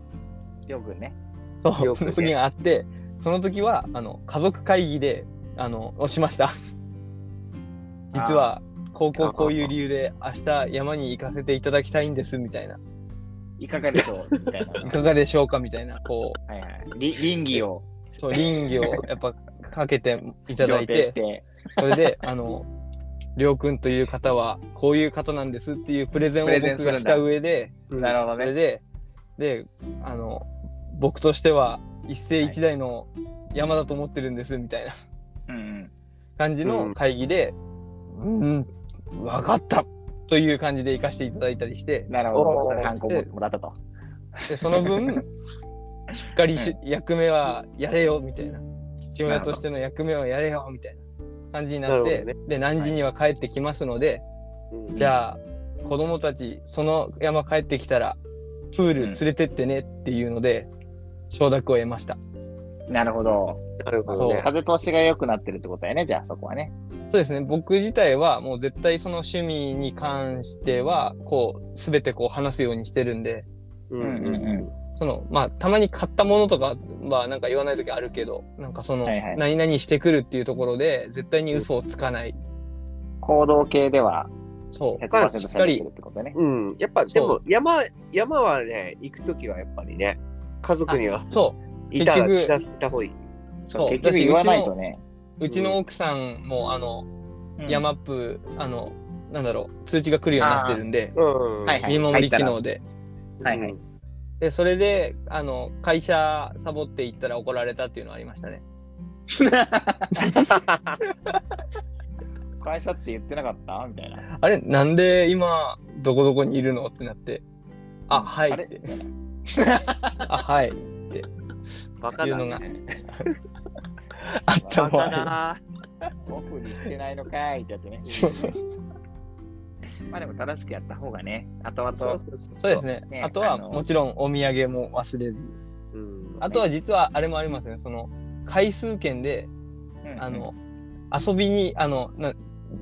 よくね。
うそう、
よく
そ
ね
の時があってその時はあの家族会議であのをしました実はこうこうこういう理由で明日山に行かせていただきたいんですみたいない
かがでしょうみたい な。
いかがでしょうかみたいなこう
はいはい。り倫理を
そう、倫 理をやっぱかけていただ
上定
いて
し、て。
それで、あの、りょうくんという方は、こういう方なんですっていうプレゼンを
プレゼンする
僕
んだ
がした上で、
なるほ
そ
ど
れ
ね。
で、で、あの、僕としては一世一代の山だと思ってるんですみたいな
うんうん。
感じの会議で、うん、うん、わかったという感じで行かせていただいたりして、
なるほど。
おー
それ参考持ってもらったと。
でその分、しっかりし役目はやれよみたいな父親としての役目はやれよみたいな感じになって
なるほ
で何時には帰ってきますので、
うん
じゃあ子供たちその山帰ってきたらプール連れてってねっていうので承諾を得ました
なるほど。
なるほどね。
風通しが良くなってるってことやね、じゃあそこはね。
そうですね僕自体はもう絶対その趣味に関してはこう全てこう話すようにしてるんで
うん
うんうんうん
そのまあたまに買ったものとかはなんか言わない時あるけどなんかその、
はいはい
何々してくるっていうところで絶対に嘘をつかない、
行動系では
そう
100%
まあ
攻めてるってことね。
うん、やっぱでも山山はね行く時はやっぱりね家族には
そう
いたら
結局
知らせた方がいい。
そう
そう
結局言わないとね。
うちの奥さんもあの、
うん
ヤマップあのなんだろう通知が来るようになってるんで
うん
はいはい
見守り機能で、
はいはい
でそれであの会社サボって行ったら怒られたっていうのはありましたね
会社って言ってなかったみたいな。
あれなんで今どこどこにいるのってなってあはい
あ
っ
れ
て
みたいな
あはい
バカだ
いうのが
ね。
あった
バ
も
カ
ん
だな。
オフにしてないのかいってやつね。
そうそうそう
まあでも正しくやった方がね、後
そ
々
う。そうそう
そうですね。
ね
あと
あ
は
の
もちろんお土産も忘れず。
うん
あとは実はあれもありますね。その回数券で、
うん
あ、の、遊びに、あの、な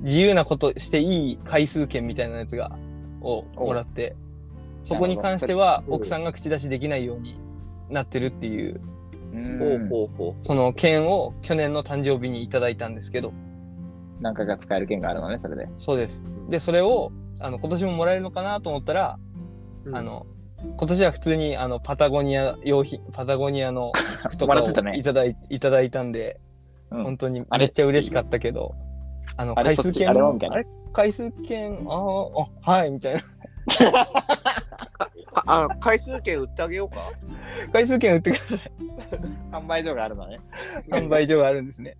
自由なことしていい回数券みたいなやつが、を
お
もらって、そこに関しては奥さんが口出しできないようになってるっていう、
うん
ほうほうほ
その券を去年の誕生日にいただいたんですけど、
なんかが使える券があるのね、それで。
そうです。で、それを、あの、今年ももらえるのかなと思ったら、
う。うん
あ、の今年は普通にあのパタゴニア用品パタゴニアの服とか
笑
を
ってたね
いただい,、いただいたんで、
うん
本当に
あれ
めっちゃ嬉しかったけどあの
あれ
回
そっ
数券
ちあれはみたいな
あれ回数券あーあはいみたいな
かあ回数券売ってあげようか。
回数券売ってください
販売所があるのね。
販売所があるんですね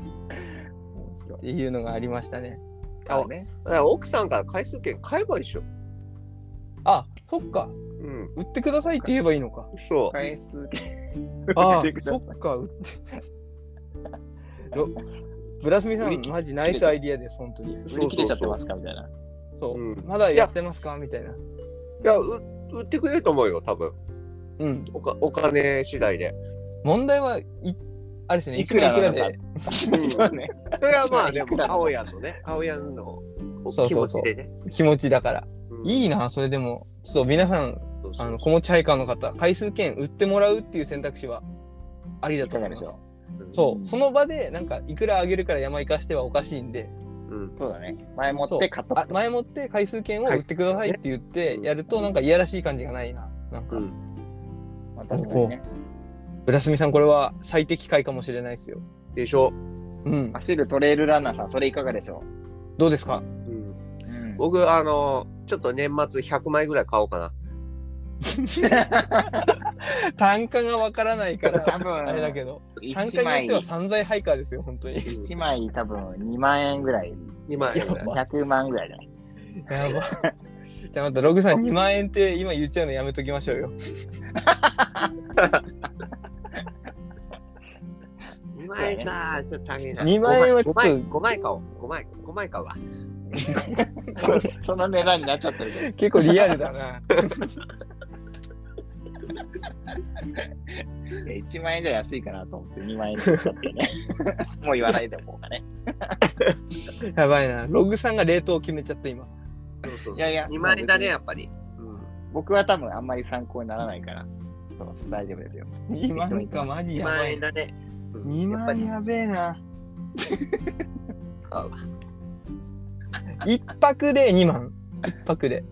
面白い
っていうのがありましたね
あのね。
だから奥さんから回数券買えばいいでしょ。
あそっか
うん。
売ってくださいって言えばいいのか
そ
回数券。
あ
売ってく
ー
ださ
そ
い
っか売って ろブラスミさんマジナイスアイディアです本当に
う。。
売り切れちゃってますすかみたいな。
そう、
うん
まだやってますかみたいない
や、う売ってくれると思うよ、多分
うん
おかお金次第で。
問題はいあれですね
い
い
く
く
ら
ら
な
いく
のかそ
らで
うね。
それはま あ、で
いく
も、
ら
青やんのね、青やんの
そう
気
そ
持
うそ
ち
う
でね。
気持ちだからい
い
いなそれでもちょっと皆さんあの
こ
子持ちハイカーの方回数券売ってもらうっていう選択肢はありだ
い
と
か
思
が
い
で
ま
しょう
す。そううんその場でなんかいくらあげるから山行かしてはおかしいんで
うん。
そうだね。前もっ
そう
て買っと
あ
くと。
前もって回数券を売ってくださいって言って
うん
やるとなんかいやらしい感じがないななんか
うん
まあ確かにね。
浦澄さんこれは最適解かもしれないですよ
でしょ。
うん
走るトレイルランナーさん、それいかがでしょ
どうですか
うん
ううん
僕、あの、ちょっと年末100枚ぐらい買おうかな。
単価がわからないから
多
あれだけ
分、
ど
1
単価によっ
枚
て、は散財ハイカーですよ本 当に
一枚多分2万円ぐらい、
2枚ぐらい。
200万ぐらいだね。
やばじゃあまたログさん2万円って今言っちゃうのやめときましょうよ。
2万円か、ちょっと足りない。
2万円はちょっと
5枚買おう。5枚、5枚買うわ。
その値段になっちゃってるけ
結構リアルだな。
ど、いや1万円じゃ安いかなと思って2万円にしちゃって ね。もう言わないでおこうかね。
やばいな。ログさんが冷凍を決めちゃった今。
そうそう
いやいや
2万円だね、やっぱり。うん
僕は多分あんまり参考にならないから、そう大丈夫ですよ。
2万かマジ
2
やば
万
い
円。だね。うん
2
やっぱ
万
り
やべえな。
買うわ
1泊で2万。1泊で。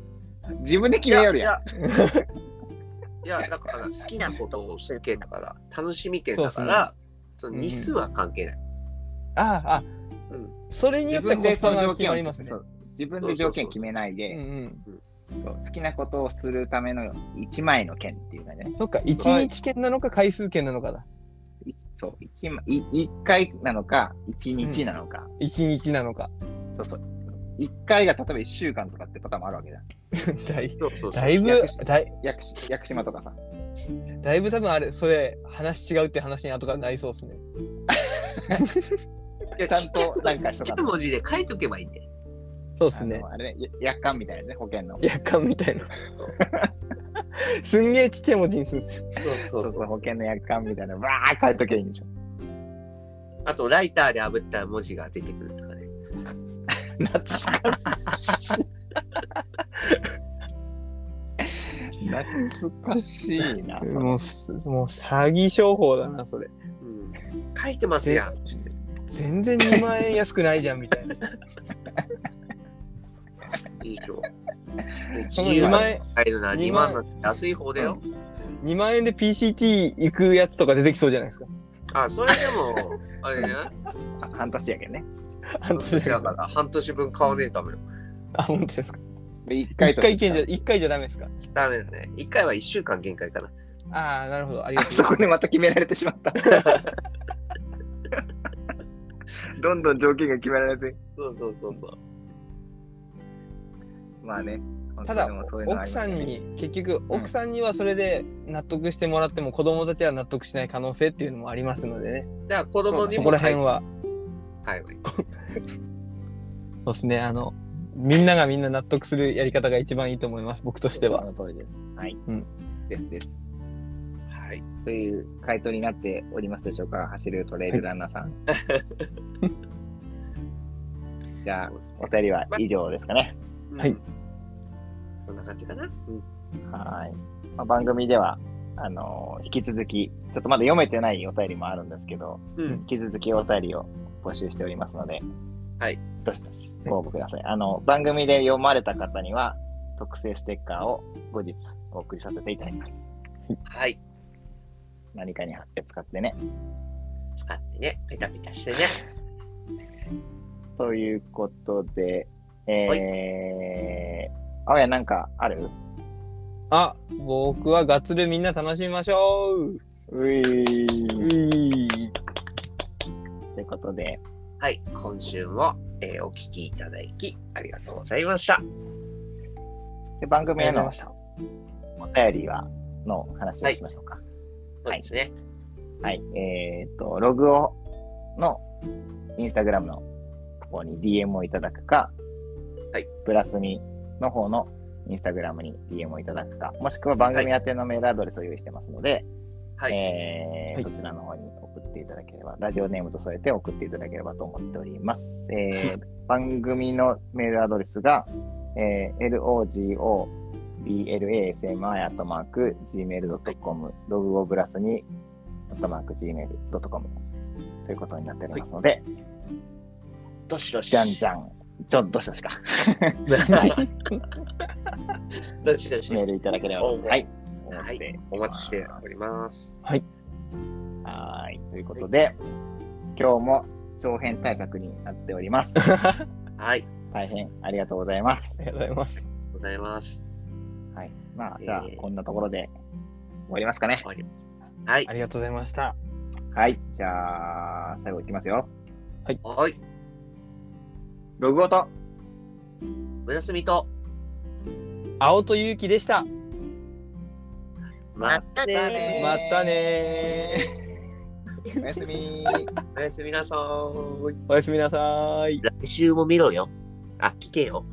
自分で決めよるやん。
いや、いやだから好きなことをしてる系だから、楽しみ系
そう
だ
っす
か
ね
ら、その
うん
日数は関係ない。
ああ、あ
うん
それによ
自分
ってコ
で
ス
そ
パ
の
が
条
決
件
ま
を
りますね。
そう自分で条件決めないで
うんうん。
そう好きなことをするための1枚の券っていうかね。
そっか、1日券なのか回数券なのかだ。
いそう、一枚い一回なのか、一日なのか、
1日なのか。
そうそう。一回が例えば一週間とかってパターンもあるわけじゃん。
だい
そうそうそう
だいぶ
約束
だい、
屋久屋久島とかさ。
だいぶ多分あれ、それ、話違うって話に後からなりそうですね。
いや
ちゃんと
ちっちゃく
なんかしと
ち
か
っちゃく文字で書いとけばいいんだよ。
そうですね
あ。のあれね、や約款みたいなね、保険の。
夜間みたいな。 すんげえちっちゃい文字にする んです。
そうそ
そう
う
そ、
そう
保
う。
険の約款みたいな、わー書いとけばいいんでしょ。
あと、ライターで炙った文字が出てくるとかね。
懐かしい。懐かしいな。
もうす、もう詐欺商法だな、それ。
うん書いてますやん。
全然2万円安くないじゃん、みた いな。
いいでしょ。
その2万円、
入るな、
2
2
万
万なんて安い方だよ。
2万円で PCT 行くやつとか出てきそうじゃないですか。
あ、それでも、あれね、
あ半年やけどね。
半年
だから半年分買わねえとダメだ。
あ、本当ですか。
で一回
1
と
回券じゃ、一回じゃダメですか。
ダメだね。1回は1週間限界かな。
ああ、なるほど。ありが
あ
とう
そ
ございます。
こでまた決められてしま った。どんどん条件が決められて。
そうそうそうそう。
まあね。本当
ただ
でもそういうのありま
奥
す
さ
よ
ん
ね
に結局奥さんにはそれで納得してもらっても子供たちは納得しない可能性っていうのもありますのでね
だから子供に
そ
も
こら辺
は
は
買えばいい。
そうですねあのみんながみんな納得するやり方が一番いいと思います僕としては
その通りです。はい。
うん
ですです。
はい。
という回答になっておりますでしょうか、走るトレイルランナーさん。 じゃあ、お便りは以上ですかね。
はい
うん。そんな感じかな。うん。
はい。まあ、番組では、あのー引き続き、ちょっとまだ読めてないお便りもあるんですけど、
うん。
引き続きお便りを募集しておりますので、
はい。
どしどしご応募ください。あの、番組で読まれた方には、特製ステッカーを後日お送りさせていただきます。
はい。
何かに貼って使ってね。
使ってね、ペタペタしてね。
ということで、
はい
えー、あやなんかある
あ僕はガッツルみんな楽しみましょう
うい
うん
とい
い
うことで、
はい。今週も、えーお聞きいただき、ありがとうございました。
で番組
あ
へ
りがと
の
うございま
お便りは、の話をしましょうか。
そうですね。
はい。えー、と、ログを、の、インスタグラムのとこに DM をいただくか、
はい。
プラスにの方のインスタグラムに DM をいただくか、もしくは番組宛てのメールアドレスを用意してますので、
はい。
えー
はい
そちらの方に送っていただければ、ラジオネームと添えて送っていただければと思っております。えー番組のメールアドレスが、えー logoblasmi.gmail.com、ログをブラスに、.gmail.com ということになっておりますので、
どしどし。
じゃんじゃん、ちょっとどしどしか、
した
どしどし
メ。ールいただければ、
おう
はい、
は
思って
い。お待ちしております。
はーい、ということで、今日も長編対策になっております。
はい。
大変ありがとうございます
あ。りがとうございま
ありがと
す
うございます。
はい。まあ、じゃあ
え、ー
こんなところで終わりますかね
終。わりはい
あ。りがとうございました
はい。じゃあ、最後いきますよ。
はい。
ログオと
おやすみと。
青と勇気でした。
またねー
またね
おやすみ
おやすみなさーい。
ー。おやすみなさーい。
来週も見ろよ。あ、聞けよ。